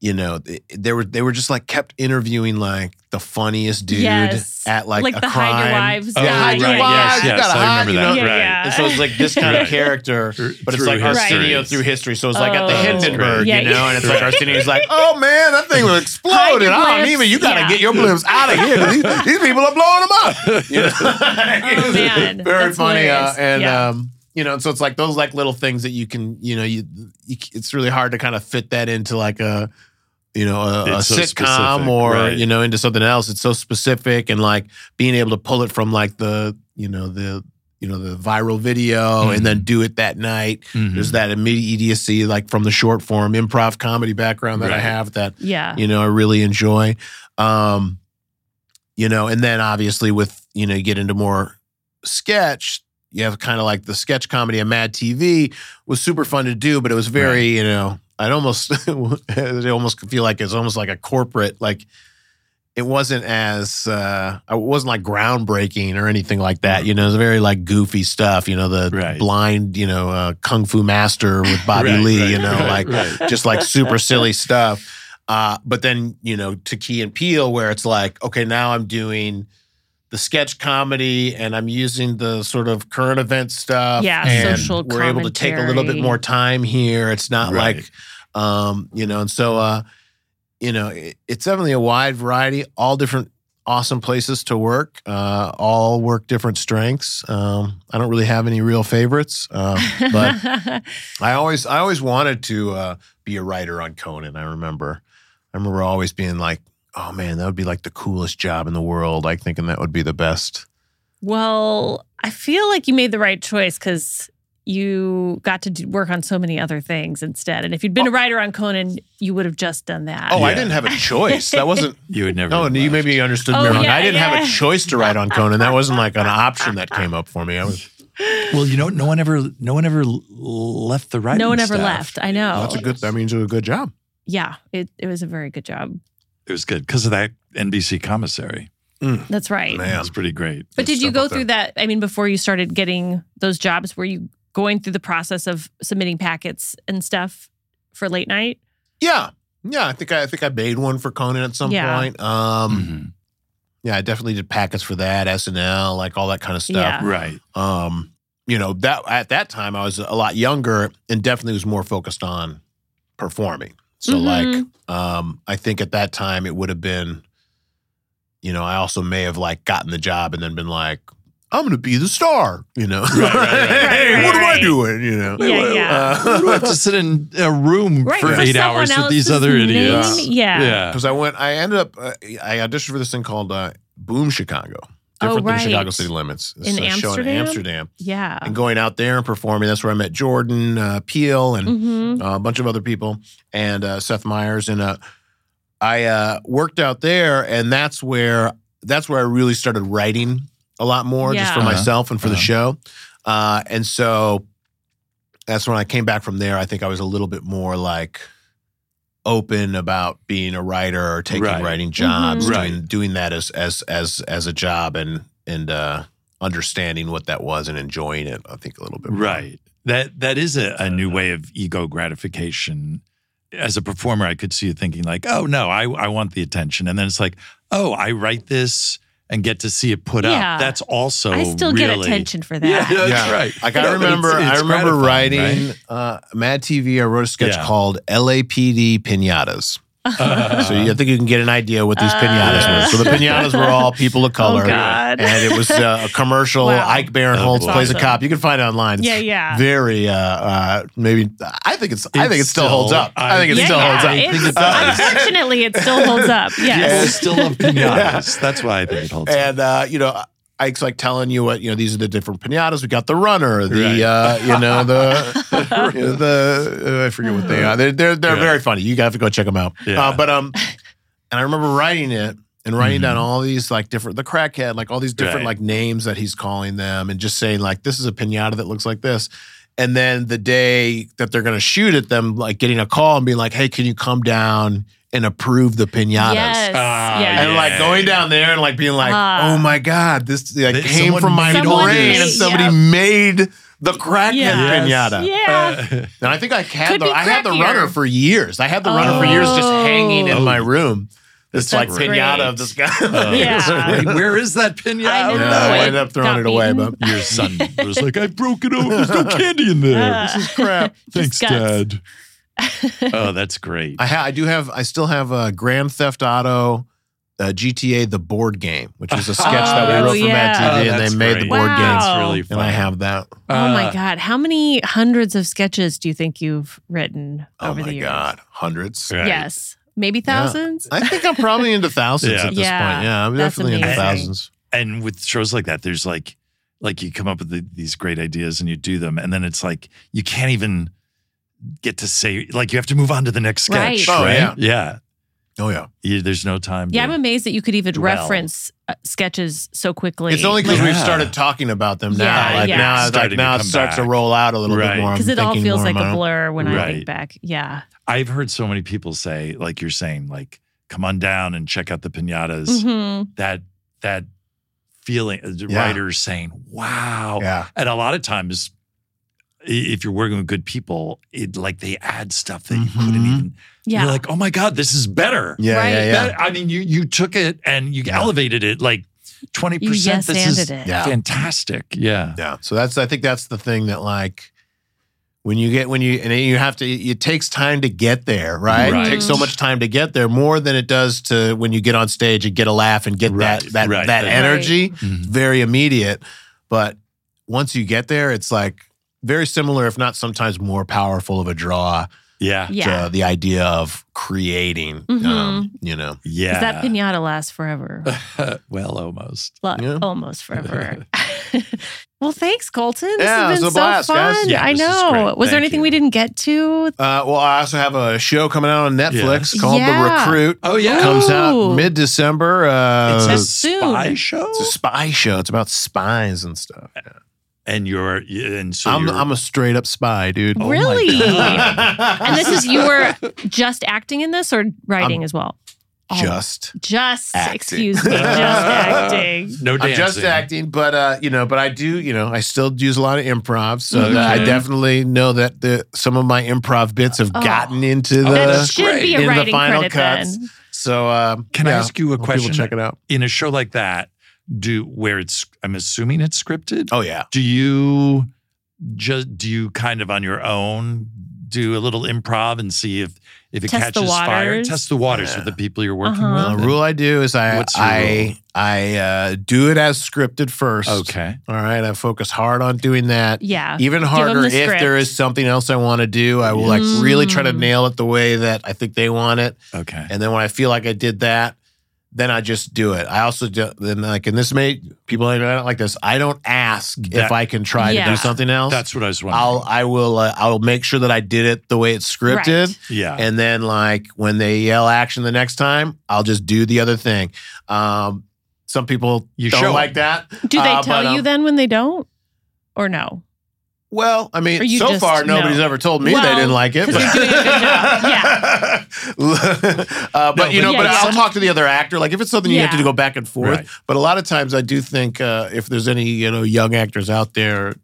S6: you know, th- they were they were just like kept interviewing like the funniest dude
S4: Yes.
S6: at like,
S4: Like
S6: a
S4: the
S6: crime.
S4: Hide Your Wives
S3: Oh,
S6: yeah,
S4: guy.
S6: hide your
S3: right,
S6: wives.
S3: yes,
S6: you
S3: yes,
S6: gotta
S3: I
S6: hide,
S3: remember
S6: you know?
S3: that.
S4: Yeah,
S3: right.
S4: yeah. [LAUGHS]
S6: And so it's like this [LAUGHS] kind
S3: Right.
S6: of character,
S3: Through-
S6: but it's
S3: through
S6: like
S3: history.
S6: Arsenio through history. So it's like at the
S4: Oh.
S6: Hindenburg,
S4: Yeah,
S6: you know,
S4: yeah.
S6: and it's like Arsenio's like, [LAUGHS] oh man, that thing will explode. And I don't
S4: blimps.
S6: even, you got to
S4: Yeah.
S6: get your blimps out of here. 'cause These, these people are blowing them up. You know? [LAUGHS]
S4: Oh, man.
S6: Very
S4: That's
S6: funny. Uh,
S4: hilarious.
S6: and,
S4: Yeah.
S6: um, you know, so it's like those like little things that you can, you know, you, you c- it's really hard to kind of fit that into like a, you know, a, a
S3: It's so
S6: sitcom
S3: specific,
S6: or
S3: right.
S6: you know into something else. It's so specific and like being able to pull it from like the you know the you know the viral video and
S3: Mm-hmm.
S6: then do it that night.
S3: Mhm.
S6: There's that immediacy like from the short form improv comedy background that I
S3: Right.
S6: have that
S4: Yeah.
S6: you know I really enjoy. Um, you know, and then obviously with you know you get into more sketch. You have kind of like the sketch comedy on Mad TV was super fun to do, but it was very you know I'd almost [LAUGHS] it almost feel like it's almost like a corporate like it wasn't as uh it wasn't like groundbreaking or anything like that. You know, it was very like goofy stuff. You know, the
S3: Mm. Right.
S6: blind you know uh, kung fu master with Bobby
S3: Right,
S6: Lee.
S3: right,
S6: you know,
S3: right,
S6: like
S3: right.
S6: just
S4: [LAUGHS]
S6: like super silly stuff. Uh, but then you know to Key and Peele, where it's like, okay, now I'm doing the sketch comedy and I'm using the sort of current event stuff.
S4: Yeah,
S6: and
S4: social
S6: We're able to take a little bit
S4: commentary.
S6: more time here. It's not
S3: Right.
S6: like, um, you know, and so uh, you know, it, it's definitely a wide variety, all different awesome places to work uh all work different strengths um i don't really have any real favorites um
S4: [LAUGHS]
S6: but I always I always wanted to uh, be a writer on Conan. I remember, I remember always being like, "Oh man, that would be like the coolest job in the world." Like thinking that would be the best.
S4: well, I feel like you made the right choice because you got to do, work on so many other things instead. And if you'd been a writer on Conan, you would have just done that.
S6: Oh, I
S3: Yeah.
S6: didn't have a choice. That [LAUGHS] wasn't.
S3: You would never.
S6: Oh,
S3: have
S6: you
S3: left.
S6: maybe understood me
S4: Oh,
S6: wrong.
S4: yeah,
S6: I didn't have a
S4: yeah.
S6: choice to write on Conan. That wasn't like an option that came up for me. I was,
S3: Well, you know, no one ever, no one ever l- left the writing.
S4: no one ever
S3: staff.
S4: left. I know.
S6: that's a good. That means it was a good job.
S4: yeah, it, it was a very good job.
S3: It was good because of that NBC commissary.
S4: That's right.
S6: Man.
S3: It was pretty great.
S4: But did you
S6: stuff
S4: go
S6: like that.
S4: through that? I mean, before you started getting those jobs, were you going through the process of submitting packets and stuff for late night?
S3: Mm,
S6: Yeah, yeah. I think I, I think I made one for Conan at some
S4: Yeah.
S6: point. Um,
S3: Mhm.
S6: yeah, I definitely did packets for that SNL, like all that kind of stuff.
S4: Yeah.
S3: Mm-hmm. Right.
S6: um you know that at that time i was a lot younger and definitely was more focused on performing so
S4: Mhm.
S6: like um i think at that time it would have been you know i also may have like gotten the job and then been like i'm gonna be the star you know
S3: right,
S6: [LAUGHS] hey
S4: right,
S6: what am i
S4: right.
S6: doing you know Uh,
S4: Yeah, yeah.
S3: Why
S6: [LAUGHS]
S3: do I have to sit in a room
S4: Right
S3: for
S4: for
S3: eight
S4: someone
S3: hours with
S4: else's
S3: these other
S4: name?
S3: idiots?
S4: Yeah.
S3: Yeah.
S6: because I went, I ended up, uh, I auditioned for this thing called uh, Boom Chicago,
S4: Oh,
S6: different than
S4: right.
S6: Chicago City Limits. It's
S4: In
S6: a show in
S4: Amsterdam? Oh.
S6: Amsterdam,
S4: Yeah.
S6: and going out there and performing. That's where I met Jordan uh, Peele and
S4: Mm-hmm.
S6: uh, a bunch of other people, and uh, Seth Meyers. And uh, I uh, worked out there, and that's where that's where I really started writing a lot more, just for
S4: Yeah.
S3: Uh-huh.
S6: myself and for the
S3: Uh-huh.
S6: show. Uh, and so that's when I came back from there. I think I was a little bit more like open about being a writer or taking
S3: Right.
S6: writing jobs,
S4: Mm-hmm.
S3: Mhm.
S6: doing, doing that as as as as a job, and and uh, understanding what that was and enjoying it. I think a little bit, more.
S3: Right. That that is a, a new way of ego gratification. As a performer, I could see you thinking like, "Oh no, I I want the attention," and then it's like, "Oh, I write this and get to see it put
S4: Yeah.
S3: up." That's also
S4: I still get
S3: really-
S4: attention for
S3: [LAUGHS] Yeah,
S4: that.
S3: that's
S6: Yeah.
S3: right.
S6: Like I
S3: No, but it's-
S6: remember,
S3: it's
S6: I remember
S3: gratifying,
S6: writing
S3: right?
S6: uh, Mad TV. I wrote a sketch
S3: Yeah.
S6: called LAPD pinatas. so you, I think you can get an idea what these
S3: Ah,
S6: pinatas
S4: Uh.
S6: were. So the pinatas were
S3: [LAUGHS]
S6: all
S3: Oh,
S6: people of color,
S4: God.
S6: and it was uh, a commercial.
S4: Wow.
S6: Ike Barinholtz
S3: That's
S6: plays a
S4: awesome.
S6: cop. You can find it online. It's
S4: Yeah, yeah.
S6: Very, uh, uh, maybe. I think it's. I
S3: It's
S6: think it still,
S3: still-
S6: holds up. I,
S3: I-
S6: think it
S3: Yeah,
S6: still holds
S3: yeah,
S6: up.
S3: I think
S4: it's-
S6: [LAUGHS]
S3: it does.
S4: Unfortunately, it still holds
S3: [LAUGHS]
S4: up.
S3: People
S4: Yes.
S3: still love pinatas. That's why I think it holds. up.
S6: and uh, you know, Ike's like telling you what you know. These are the different pinatas. We got the runner, the
S3: Right.
S6: uh, you
S3: [LAUGHS]
S6: know the you know, [LAUGHS] the uh, I forget what they are. They're they're, they're
S3: Mm. Yeah.
S6: very funny. You have to go check them out.
S3: Yeah.
S6: Uh, but um, and I remember writing it and writing
S3: Mhm.
S6: down all these like different the crackhead, like all these different
S3: Right.
S6: like names that he's calling them, and just saying like this is a pinata that looks like this. And then the day that they're gonna shoot at them, like getting a call and being like, "Hey, can you come down and approve the pinatas.
S4: Yes.
S3: Ah,
S4: yes.
S6: And like going down there and like being like,
S4: Ah.
S6: oh my god, this like,
S3: They-
S6: came
S3: someone
S6: from my
S3: made
S4: all
S6: brain,
S4: this.
S6: and somebody
S4: Yep.
S6: made the crackhead
S3: Yes. Uh,
S6: pinata.
S4: Yeah.
S6: And I think I had
S4: Could
S6: the
S4: be
S6: I had the
S4: crackier.
S6: runner for years. I had the runner for years, just hanging in
S3: Oh.
S6: my room. This
S4: That's
S6: like pinata
S4: great.
S6: of this guy. [LAUGHS]
S4: Yeah.
S3: Wait, [LAUGHS] where is that pinata?
S4: I know.
S6: Yeah, I
S4: it
S6: ended up throwing
S4: got
S6: it away,
S4: beaten.
S6: but
S3: Your
S4: [LAUGHS]
S3: son was like, I broke it open. There's
S6: [LAUGHS]
S3: no candy in there. this is crap.
S4: Uh,
S3: Thanks,
S4: Just guts.
S3: Dad.
S4: [LAUGHS]
S3: oh, that's great.
S6: I ha- I do have I still have a uh, Grand Theft Auto. Uh, GTA the board game, which was a sketch that we
S4: Oh,
S6: wrote for Mad
S4: yeah.
S6: TV, and
S3: that's
S6: they made the
S3: great.
S6: board
S4: Wow.
S6: games,
S3: That's really fun.
S6: and I have that.
S4: oh my
S3: Uh,
S4: God. How many hundreds of sketches do you think you've written
S6: Oh
S4: over
S6: my
S4: the years?
S6: god, hundreds!
S3: Right.
S4: Yes. Maybe
S6: Yeah.
S4: thousands?
S6: I think I'm probably into thousands
S3: Yeah.
S6: at this
S4: Yeah.
S6: point. Yeah, I'm
S4: That's
S6: definitely into
S4: amazing.
S6: thousands.
S3: and with shows like that, there's like like you come up with the, these great ideas and you do them, and then it's like you can't even get to say like you have to move on to the next
S4: Right.
S3: sketch.
S6: Oh,
S3: right?
S6: yeah.
S3: yeah.
S6: Oh yeah,
S3: You- there's no time.
S4: Yeah,
S3: to,
S4: I'm amazed that you could even
S3: Well.
S4: reference uh, sketches so quickly.
S6: it's only because
S3: Like-
S6: we've
S3: Yeah.
S6: started talking about them now.
S4: Yeah,
S6: like
S4: yeah.
S6: now, like
S3: Starting to
S6: now, it
S3: come
S6: starts to
S3: back.
S6: roll out a little bit
S3: Right.
S6: more. I'm
S4: because it all
S6: thinking
S4: feels
S6: more
S4: like
S6: about
S4: a
S6: it.
S4: blur when I
S3: Right.
S4: think back. Yeah.
S3: I've heard so many people say, like you're saying, like come on down and check out the pinatas.
S4: Mhm.
S3: That that feeling, uh, the
S6: Yeah.
S3: writers saying, "Wow!"
S6: Yeah,
S3: And a lot of times, i- if you're working with good people, it like they add stuff that you couldn't
S6: Mhm.
S3: even.
S4: Yeah.
S3: You're like, "Oh my god, this is better."
S6: yeah,
S4: Right.
S6: yeah, yeah.
S3: That- I mean, you you took it and you
S6: Yeah.
S3: elevated it like twenty
S4: you
S3: percent.
S4: yes
S3: This is
S4: anded it. Mm.
S6: Yeah.
S3: fantastic. Yeah.
S6: Yeah. So that's I think that's the thing that like when you get when you and you have to it takes time to get there, right?
S3: Right.
S6: It takes so much time to get there more than it does to when you get on stage and get a laugh and get that
S3: Right,
S6: that
S3: right,
S6: that
S3: right.
S6: energy.
S3: Mhm.
S6: Very immediate, but once you get there it's like very similar if not sometimes more powerful of a draw
S3: Yeah. Mm-hmm.
S6: to
S4: Yeah.
S6: the idea of creating um, you know.
S3: Yeah.
S4: Because that pinata lasts
S6: [LAUGHS]
S4: forever.
S3: well, almost.
S4: Lo-
S6: Yeah.
S4: Almost
S6: [LAUGHS]
S4: forever. [LAUGHS] well, thanhanks, Colton. This
S6: Yeah,
S4: has
S6: it was
S4: been
S6: a
S4: so
S6: blast, guys.
S4: fun.
S3: Yeah,
S4: I
S3: this is
S4: know.
S3: great.
S4: Was there
S3: Thank
S4: anything
S3: you.
S4: we didn't get to?
S6: Uh, well, I also have a show coming out on Netflix
S4: Yeah.
S6: called
S4: Yeah.
S6: The Recruit.
S3: Oh, yeah.
S6: comes out
S4: Ooh.
S6: mid December.
S3: it's
S6: Uh,
S3: a
S4: That's soon.
S3: spy show,
S6: It's a spy show. It's about spies and stuff.
S3: and you're and so
S6: I'm
S3: Oh, you're,
S6: I'm a straight up spy, dude.
S3: Oh my
S4: really?
S3: God.
S6: [LAUGHS]
S4: and this is you were just acting in this or writing as well? Oh,
S6: Just.
S4: just
S6: acting.
S4: excuse me,
S6: [LAUGHS]
S4: just acting.
S3: no dancing.
S6: I'm just acting, but uh, you know, but I do, you know, I still use a lot of improv, so that I
S3: Okay.
S6: definitely know that the some of my improv bits have
S4: Oh.
S6: gotten into the
S3: Oh,
S4: That
S3: that's
S4: should
S3: great.
S4: be
S6: in
S4: a
S6: the
S4: writing
S6: final
S4: credit
S6: cuts.
S4: then.
S6: So, uh,
S3: Can I
S6: yeah.
S3: ask you a
S6: Hope
S3: question?
S6: People check it out.
S3: In a show like that, do where it's I'm assuming it's scripted.
S6: Oh yeah.
S3: Do you just do you kind of on your own do a little improv and see if if it
S4: Test the
S3: catches fire?
S4: waters.
S3: Test the waters
S6: Yeah.
S3: with the people you're working
S4: Uh-huh.
S6: The
S3: with.
S6: Uh, rule I do is I
S3: What's your rule?
S6: I I uh, do it as scripted first.
S3: Okay.
S6: All right. I focus hard on doing that.
S4: Yeah.
S6: Even
S4: 'em
S6: harder
S4: the
S6: if there
S4: script.
S6: is something else I want to do. I will like
S4: Yeah.
S6: really try to
S4: Mm.
S6: nail it the way that I think they want it.
S3: Okay.
S6: And then when I feel like I did that, then I just do it. I also do, then like and this may people I don't like this. I don't ask if
S3: That-
S6: I can try to
S4: Yeah.
S6: do something else.
S3: That's what I was wondering.
S6: I'll I will uh, I'll make sure that I did it the way it's scripted.
S4: Right.
S3: yeah.
S6: And then like when they yell action the next time, I'll just do the other thing. Um, some people
S3: You
S6: don't
S3: show
S6: like that.
S4: Do they
S6: Uh,
S4: tell
S6: but,
S4: you
S6: um,
S4: then when they don't? Or no?
S6: Well, I
S4: Or
S6: mean,
S4: you
S6: so
S4: just
S6: far nobody's
S4: know?
S6: ever told me they
S4: Well,
S6: didn't like it.
S4: 'cause you're doing a good job.
S6: [LAUGHS] Yeah. uh, but
S3: No,
S6: you know,
S4: but-
S6: but
S4: Yeah,
S6: I'll
S4: yeah.
S6: talk to the other actor. Like if it's something you have to
S4: Yeah.
S6: go back and forth.
S3: Right.
S6: But a lot of times, I do think uh, if there's any you know young actors out there.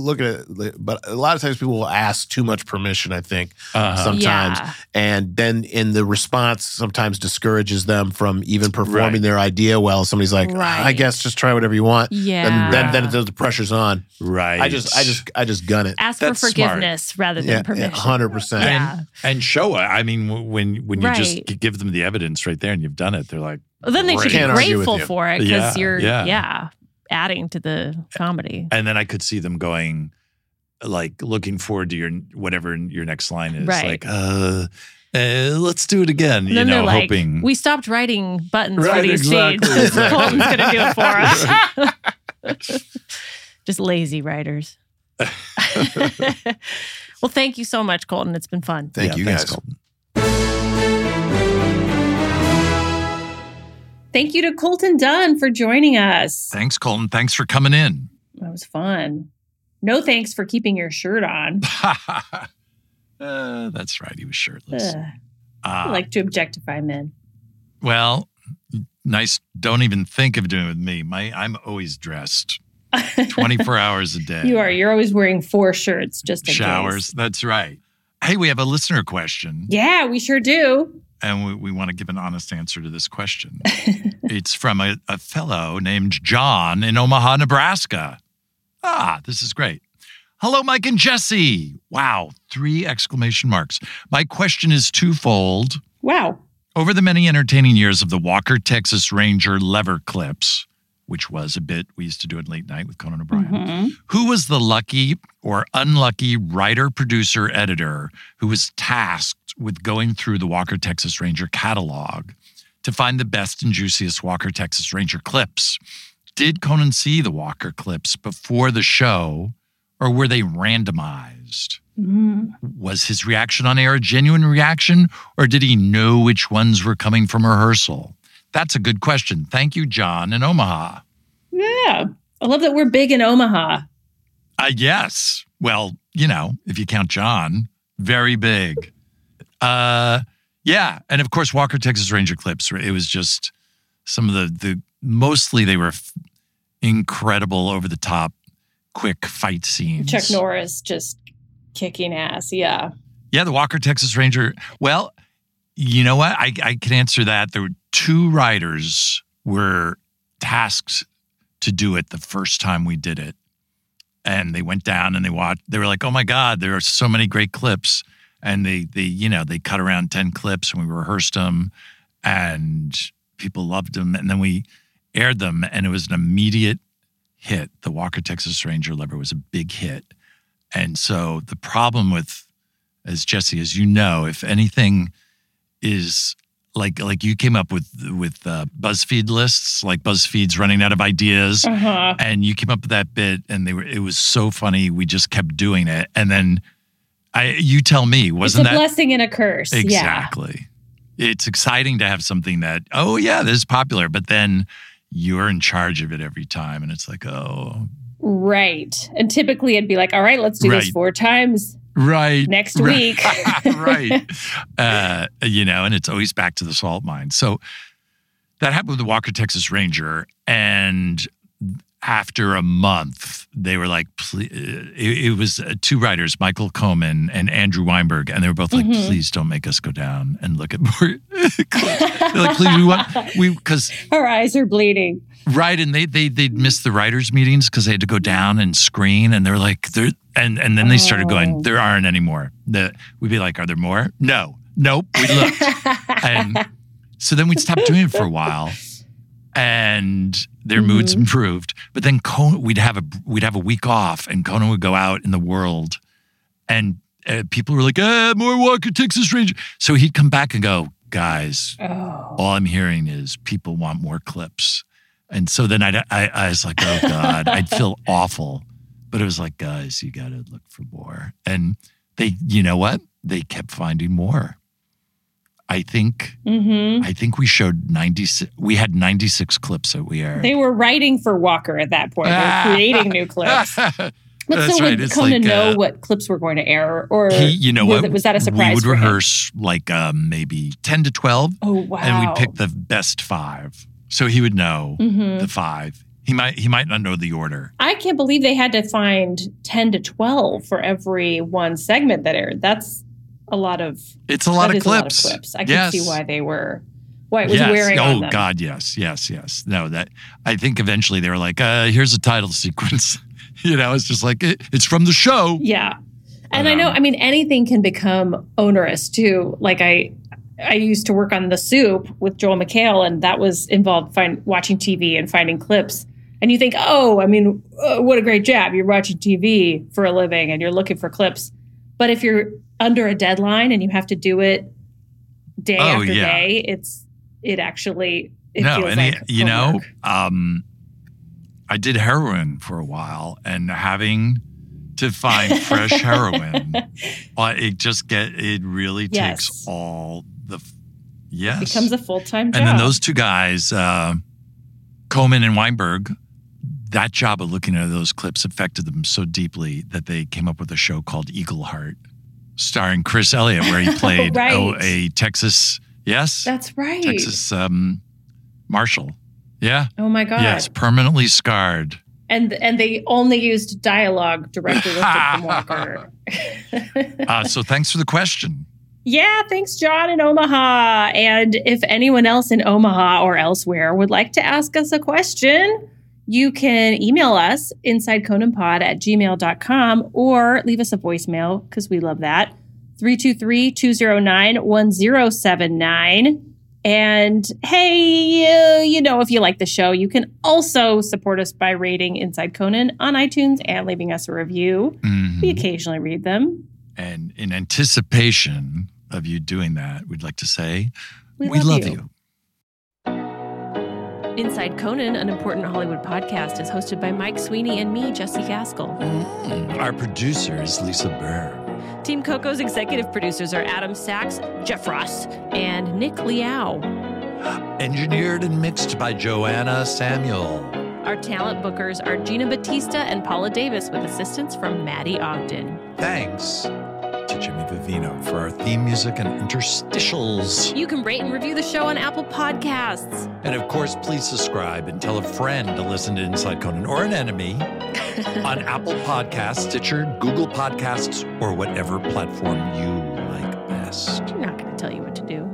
S6: Look at it, but a lot of times people will ask too much permission. I think
S3: Uh-huh.
S6: sometimes,
S4: Yeah.
S6: and then in the response, sometimes discourages them from even performing
S3: Right.
S6: their idea well. Somebody's like, "I
S4: Right.
S6: guess just try whatever you want,"
S4: Yeah.
S6: and then then the pressure's on.
S3: right.
S6: I just I just I just gun it.
S4: ask for
S3: That's smart.
S4: forgiveness rather than permission.
S6: hundred percent.
S4: Yeah.
S3: And, and show it. I mean, w- when when you
S4: Right.
S3: just g- give them the evidence right there and you've done it, they're like,
S4: Well, then they should be
S6: Can't argue with
S4: grateful
S6: you.
S4: for it because
S3: Yeah,
S4: you're, yeah.
S3: yeah.
S4: adding to the comedy.
S3: and then I could see them going, like looking forward to your whatever your next line is,
S4: Right.
S3: like, uh, uh, let's do it again.
S4: And
S3: you
S4: then
S3: know,
S4: they're like,
S3: hoping
S4: we stopped writing buttons for
S3: Right,
S4: these [LAUGHS]
S3: exactly,
S4: scenes.
S3: exactly.
S4: Colton's going to do it for us.
S3: [LAUGHS]
S4: Just lazy writers. [LAUGHS] well, thank you so much, Colton. It's been fun.
S6: Thank
S3: Yeah,
S6: you
S3: thanks,
S6: guys.
S3: Colton.
S5: Thank you to Colton Dunn for joining us.
S3: Thanks, Colton. Thanks for coming in. [LAUGHS]
S5: That was fun. No thanks
S3: [LAUGHS]
S5: for keeping your shirt on.
S3: uh, that's right. He was shirtless.
S5: Ugh.
S4: I
S3: Uh,
S4: like to objectify men.
S3: well, nice. Don't even think of doing it with me. My I'm
S4: [LAUGHS]
S3: always dressed 24 hours a day.
S4: you are. You're always wearing four shirts just in case.
S3: showers. That's right. Hey, we have a listener question.
S4: Yeah, we sure do.
S3: and we, we want to give an honest answer to this question. it's from a, a fellow named John in Omaha, Nebraska. Ah, this is great. Hello, Mike and Jesse. Wow, three exclamation marks. My question is twofold.
S4: Wow.
S3: Over the many entertaining years of the Walker Texas Ranger lever clips, which was a bit we used to do at late night with Conan O'Brien,
S4: Mhm.
S3: who was the lucky or unlucky writer, producer, editor who was tasked with going through the Walker Texas Ranger catalog to find the best and juiciest Walker Texas Ranger clips? Did Conan see the Walker clips before the show or were they randomized?
S4: Mm.
S3: Was his reaction on air a genuine reaction or did he know which ones were coming from rehearsal? That's a good question. Thank you, John in Omaha.
S4: Yeah. I love that we're big in Omaha.
S3: Uh, yes. Well, you know, if you count John, very big. Uh, yeah, and of course Walker Texas Ranger clips. It was just some of the the mostly they were f- incredible, over the top, quick fight scenes.
S4: Chuck Norris just kicking ass. Yeah.
S3: Yeah, the Walker Texas Ranger. Well, you know what? I, I can answer that. There were two writers were tasked to do it the first time we did it. And they went down and they watched they were like, oh my God, there are so many great clips. And they they, you know, they cut around 10 clips and we rehearsed them and people loved them. And then we aired them and it was an immediate hit. The Walker Texas Ranger lever was a big hit. And so the problem with as Jesse, as you know, if anything is like like you came up with with uh, BuzzFeed lists, like BuzzFeed's running out of ideas,
S4: Uh huh.
S3: and you came up with that bit, and they were it was so funny. We just kept doing it, and then I you tell me, wasn't
S4: it's a
S3: that
S4: blessing and a curse. Yeah.
S3: exactly? It's exciting to have something that oh yeah, this is popular, but then you're in charge of it every time, and it's like oh
S4: Right. And typically it'd be like, all right, let's do this
S3: Right.
S4: four times
S3: right
S4: next
S3: Right.
S4: week.
S3: [LAUGHS]
S4: [LAUGHS]
S3: right. Uh, you know, and it's always back to the salt mine. So that happened with the Walker Texas Ranger. And after a month, they were like, "Ple- uh, it, it was uh, two writers, Michael Komen and Andrew Weinberg. And they were both like,
S4: Mhm.
S3: please don't make us go down and look at more. [LAUGHS] They're like, please, we want, we, because
S4: Our eyes are bleeding.
S3: Right, and they they they missed the writers' meetings because they had to go down and screen, and they're like, there, and and then they started going,
S4: Oh.
S3: there aren't any more. The we'd be like, are there more? No, nope. We looked, and so then we stopped doing it for a while, and their moods
S4: Mhm.
S3: improved. But then Conan, we'd have a we'd have a week off, and Conan would go out in the world, and uh, people were like, ah, more Walker Texas Ranger. So he'd come back and go, guys,
S4: oh.
S3: all I'm hearing is people want more clips. And so then I'd, I, I was like, oh God,
S4: [LAUGHS]
S3: I'd feel awful. But it was like, guys, you got to look for more. And they, you know what? They kept finding more. I think,
S4: hmm
S3: I think we showed 96, we had 96 clips that we aired.
S4: They were writing for Walker at that point. They
S3: Ah.
S4: were creating new
S3: [LAUGHS]
S4: clips. But
S3: That's
S4: so
S3: right.
S4: would
S3: It's
S4: Conan
S3: like,
S4: know
S3: uh,
S4: what clips were going to air or
S3: he, you know
S4: was,
S3: what?
S4: it- was that a surprise?
S3: We would
S4: for him?
S3: rehearse like um, maybe 10 to 12,
S4: Oh wow.
S3: and we'd pick the best five. So he would know
S4: Mhm.
S3: the five. He might, he might not know the order.
S4: I can't believe they had to find 10 to 12 for every one segment that aired. That's a lot of
S3: It's a lot,
S4: that
S3: of
S4: is
S3: clips.
S4: a lot of clips. I
S3: yes.
S4: can see why they were why it was
S3: yes.
S4: wearing
S3: Oh
S4: on them.
S3: God, yes, yes, yes. No, that I think eventually they were like, uh, "Here's a title [LAUGHS] sequence." you know, it's just like it, it's from the show.
S4: Yeah. And
S3: But,
S4: I know,
S3: um,
S4: I mean, anything can become onerous too. Like I, I used to work on the soup with Joel McHale, and that was involved find, watching TV and finding clips. And you think, oh, I mean, uh, what a great job! You're watching TV for a living, and you're looking for clips. But if you're under a deadline and you have to do it day
S3: Oh,
S4: after
S3: yeah.
S4: day, it's it actually it
S3: no,
S4: feels
S3: and
S4: like
S3: it- you know,
S4: homework.
S3: um, I did heroin for a while, and having
S4: [LAUGHS]
S3: to find
S5: [LAUGHS]
S3: fresh heroin, uh, it just get it really
S4: Yes.
S3: takes all the f- yes
S4: it becomes a full time job.
S3: And then those two guys, uh, Komen and Weinberg, that job of looking at those clips affected them so deeply that they came up with a show called Eagle Heart, starring Chris Elliott, where he played
S5: Right.
S3: oh, a Texas, yes,
S5: That's right.
S3: Texas um, Marshal. Yeah.
S5: Oh my god.
S3: Yes, permanently scarred.
S5: And and they only used dialogue directly lifted from Walker.
S3: [LAUGHS]
S5: [LAUGHS]
S3: Uh, so thanks for the question.
S5: Yeah, thanks, John in Omaha. And if anyone else in Omaha or elsewhere would like to ask us a question, you can email us insideconanpod at gmail.com or leave us a voicemail because we love that. 323 209 1079. And hey, uh, you know, if you like the show, you can also support us by rating Inside Conan on iTunes and leaving us a review.
S3: Mhm.
S5: We occasionally read them.
S3: And in anticipation of you doing that, we'd like to say we, love, you.
S4: Inside Conan, an important Hollywood podcast, is hosted by Mike Sweeney and me, Jesse Gaskell.
S3: Mm. Our producer is Lisa Burr.
S4: Team Coco's executive producers are Adam Sachs, Jeff Ross, and Nick Liao.
S3: Engineered and mixed by Joanna Samuel.
S4: Our talent bookers are Gina Batista and Paula Davis, with assistance from Maddie Ogden.
S3: Thanks to Jimmy Vivino for our theme music and interstitials.
S4: You can rate and review the show on Apple Podcasts.
S3: And of course, please subscribe and tell a friend to listen to Inside Conan or an enemy on Apple Podcasts, Stitcher, Google Podcasts, or whatever platform you like best.
S4: I'm not going to tell you what to do.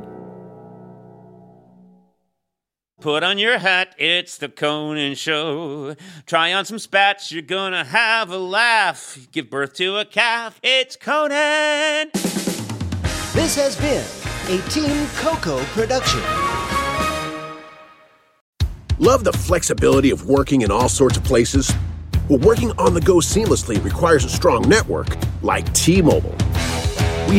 S9: Put on your hat, it's the Conan Show. Try on some spats, you're gonna have a laugh. Give birth to a calf, it's Conan!
S10: This has been a Team Coco production.
S2: Love the flexibility of working in all sorts of places? Well, working on the go seamlessly requires a strong network like T Mobile. We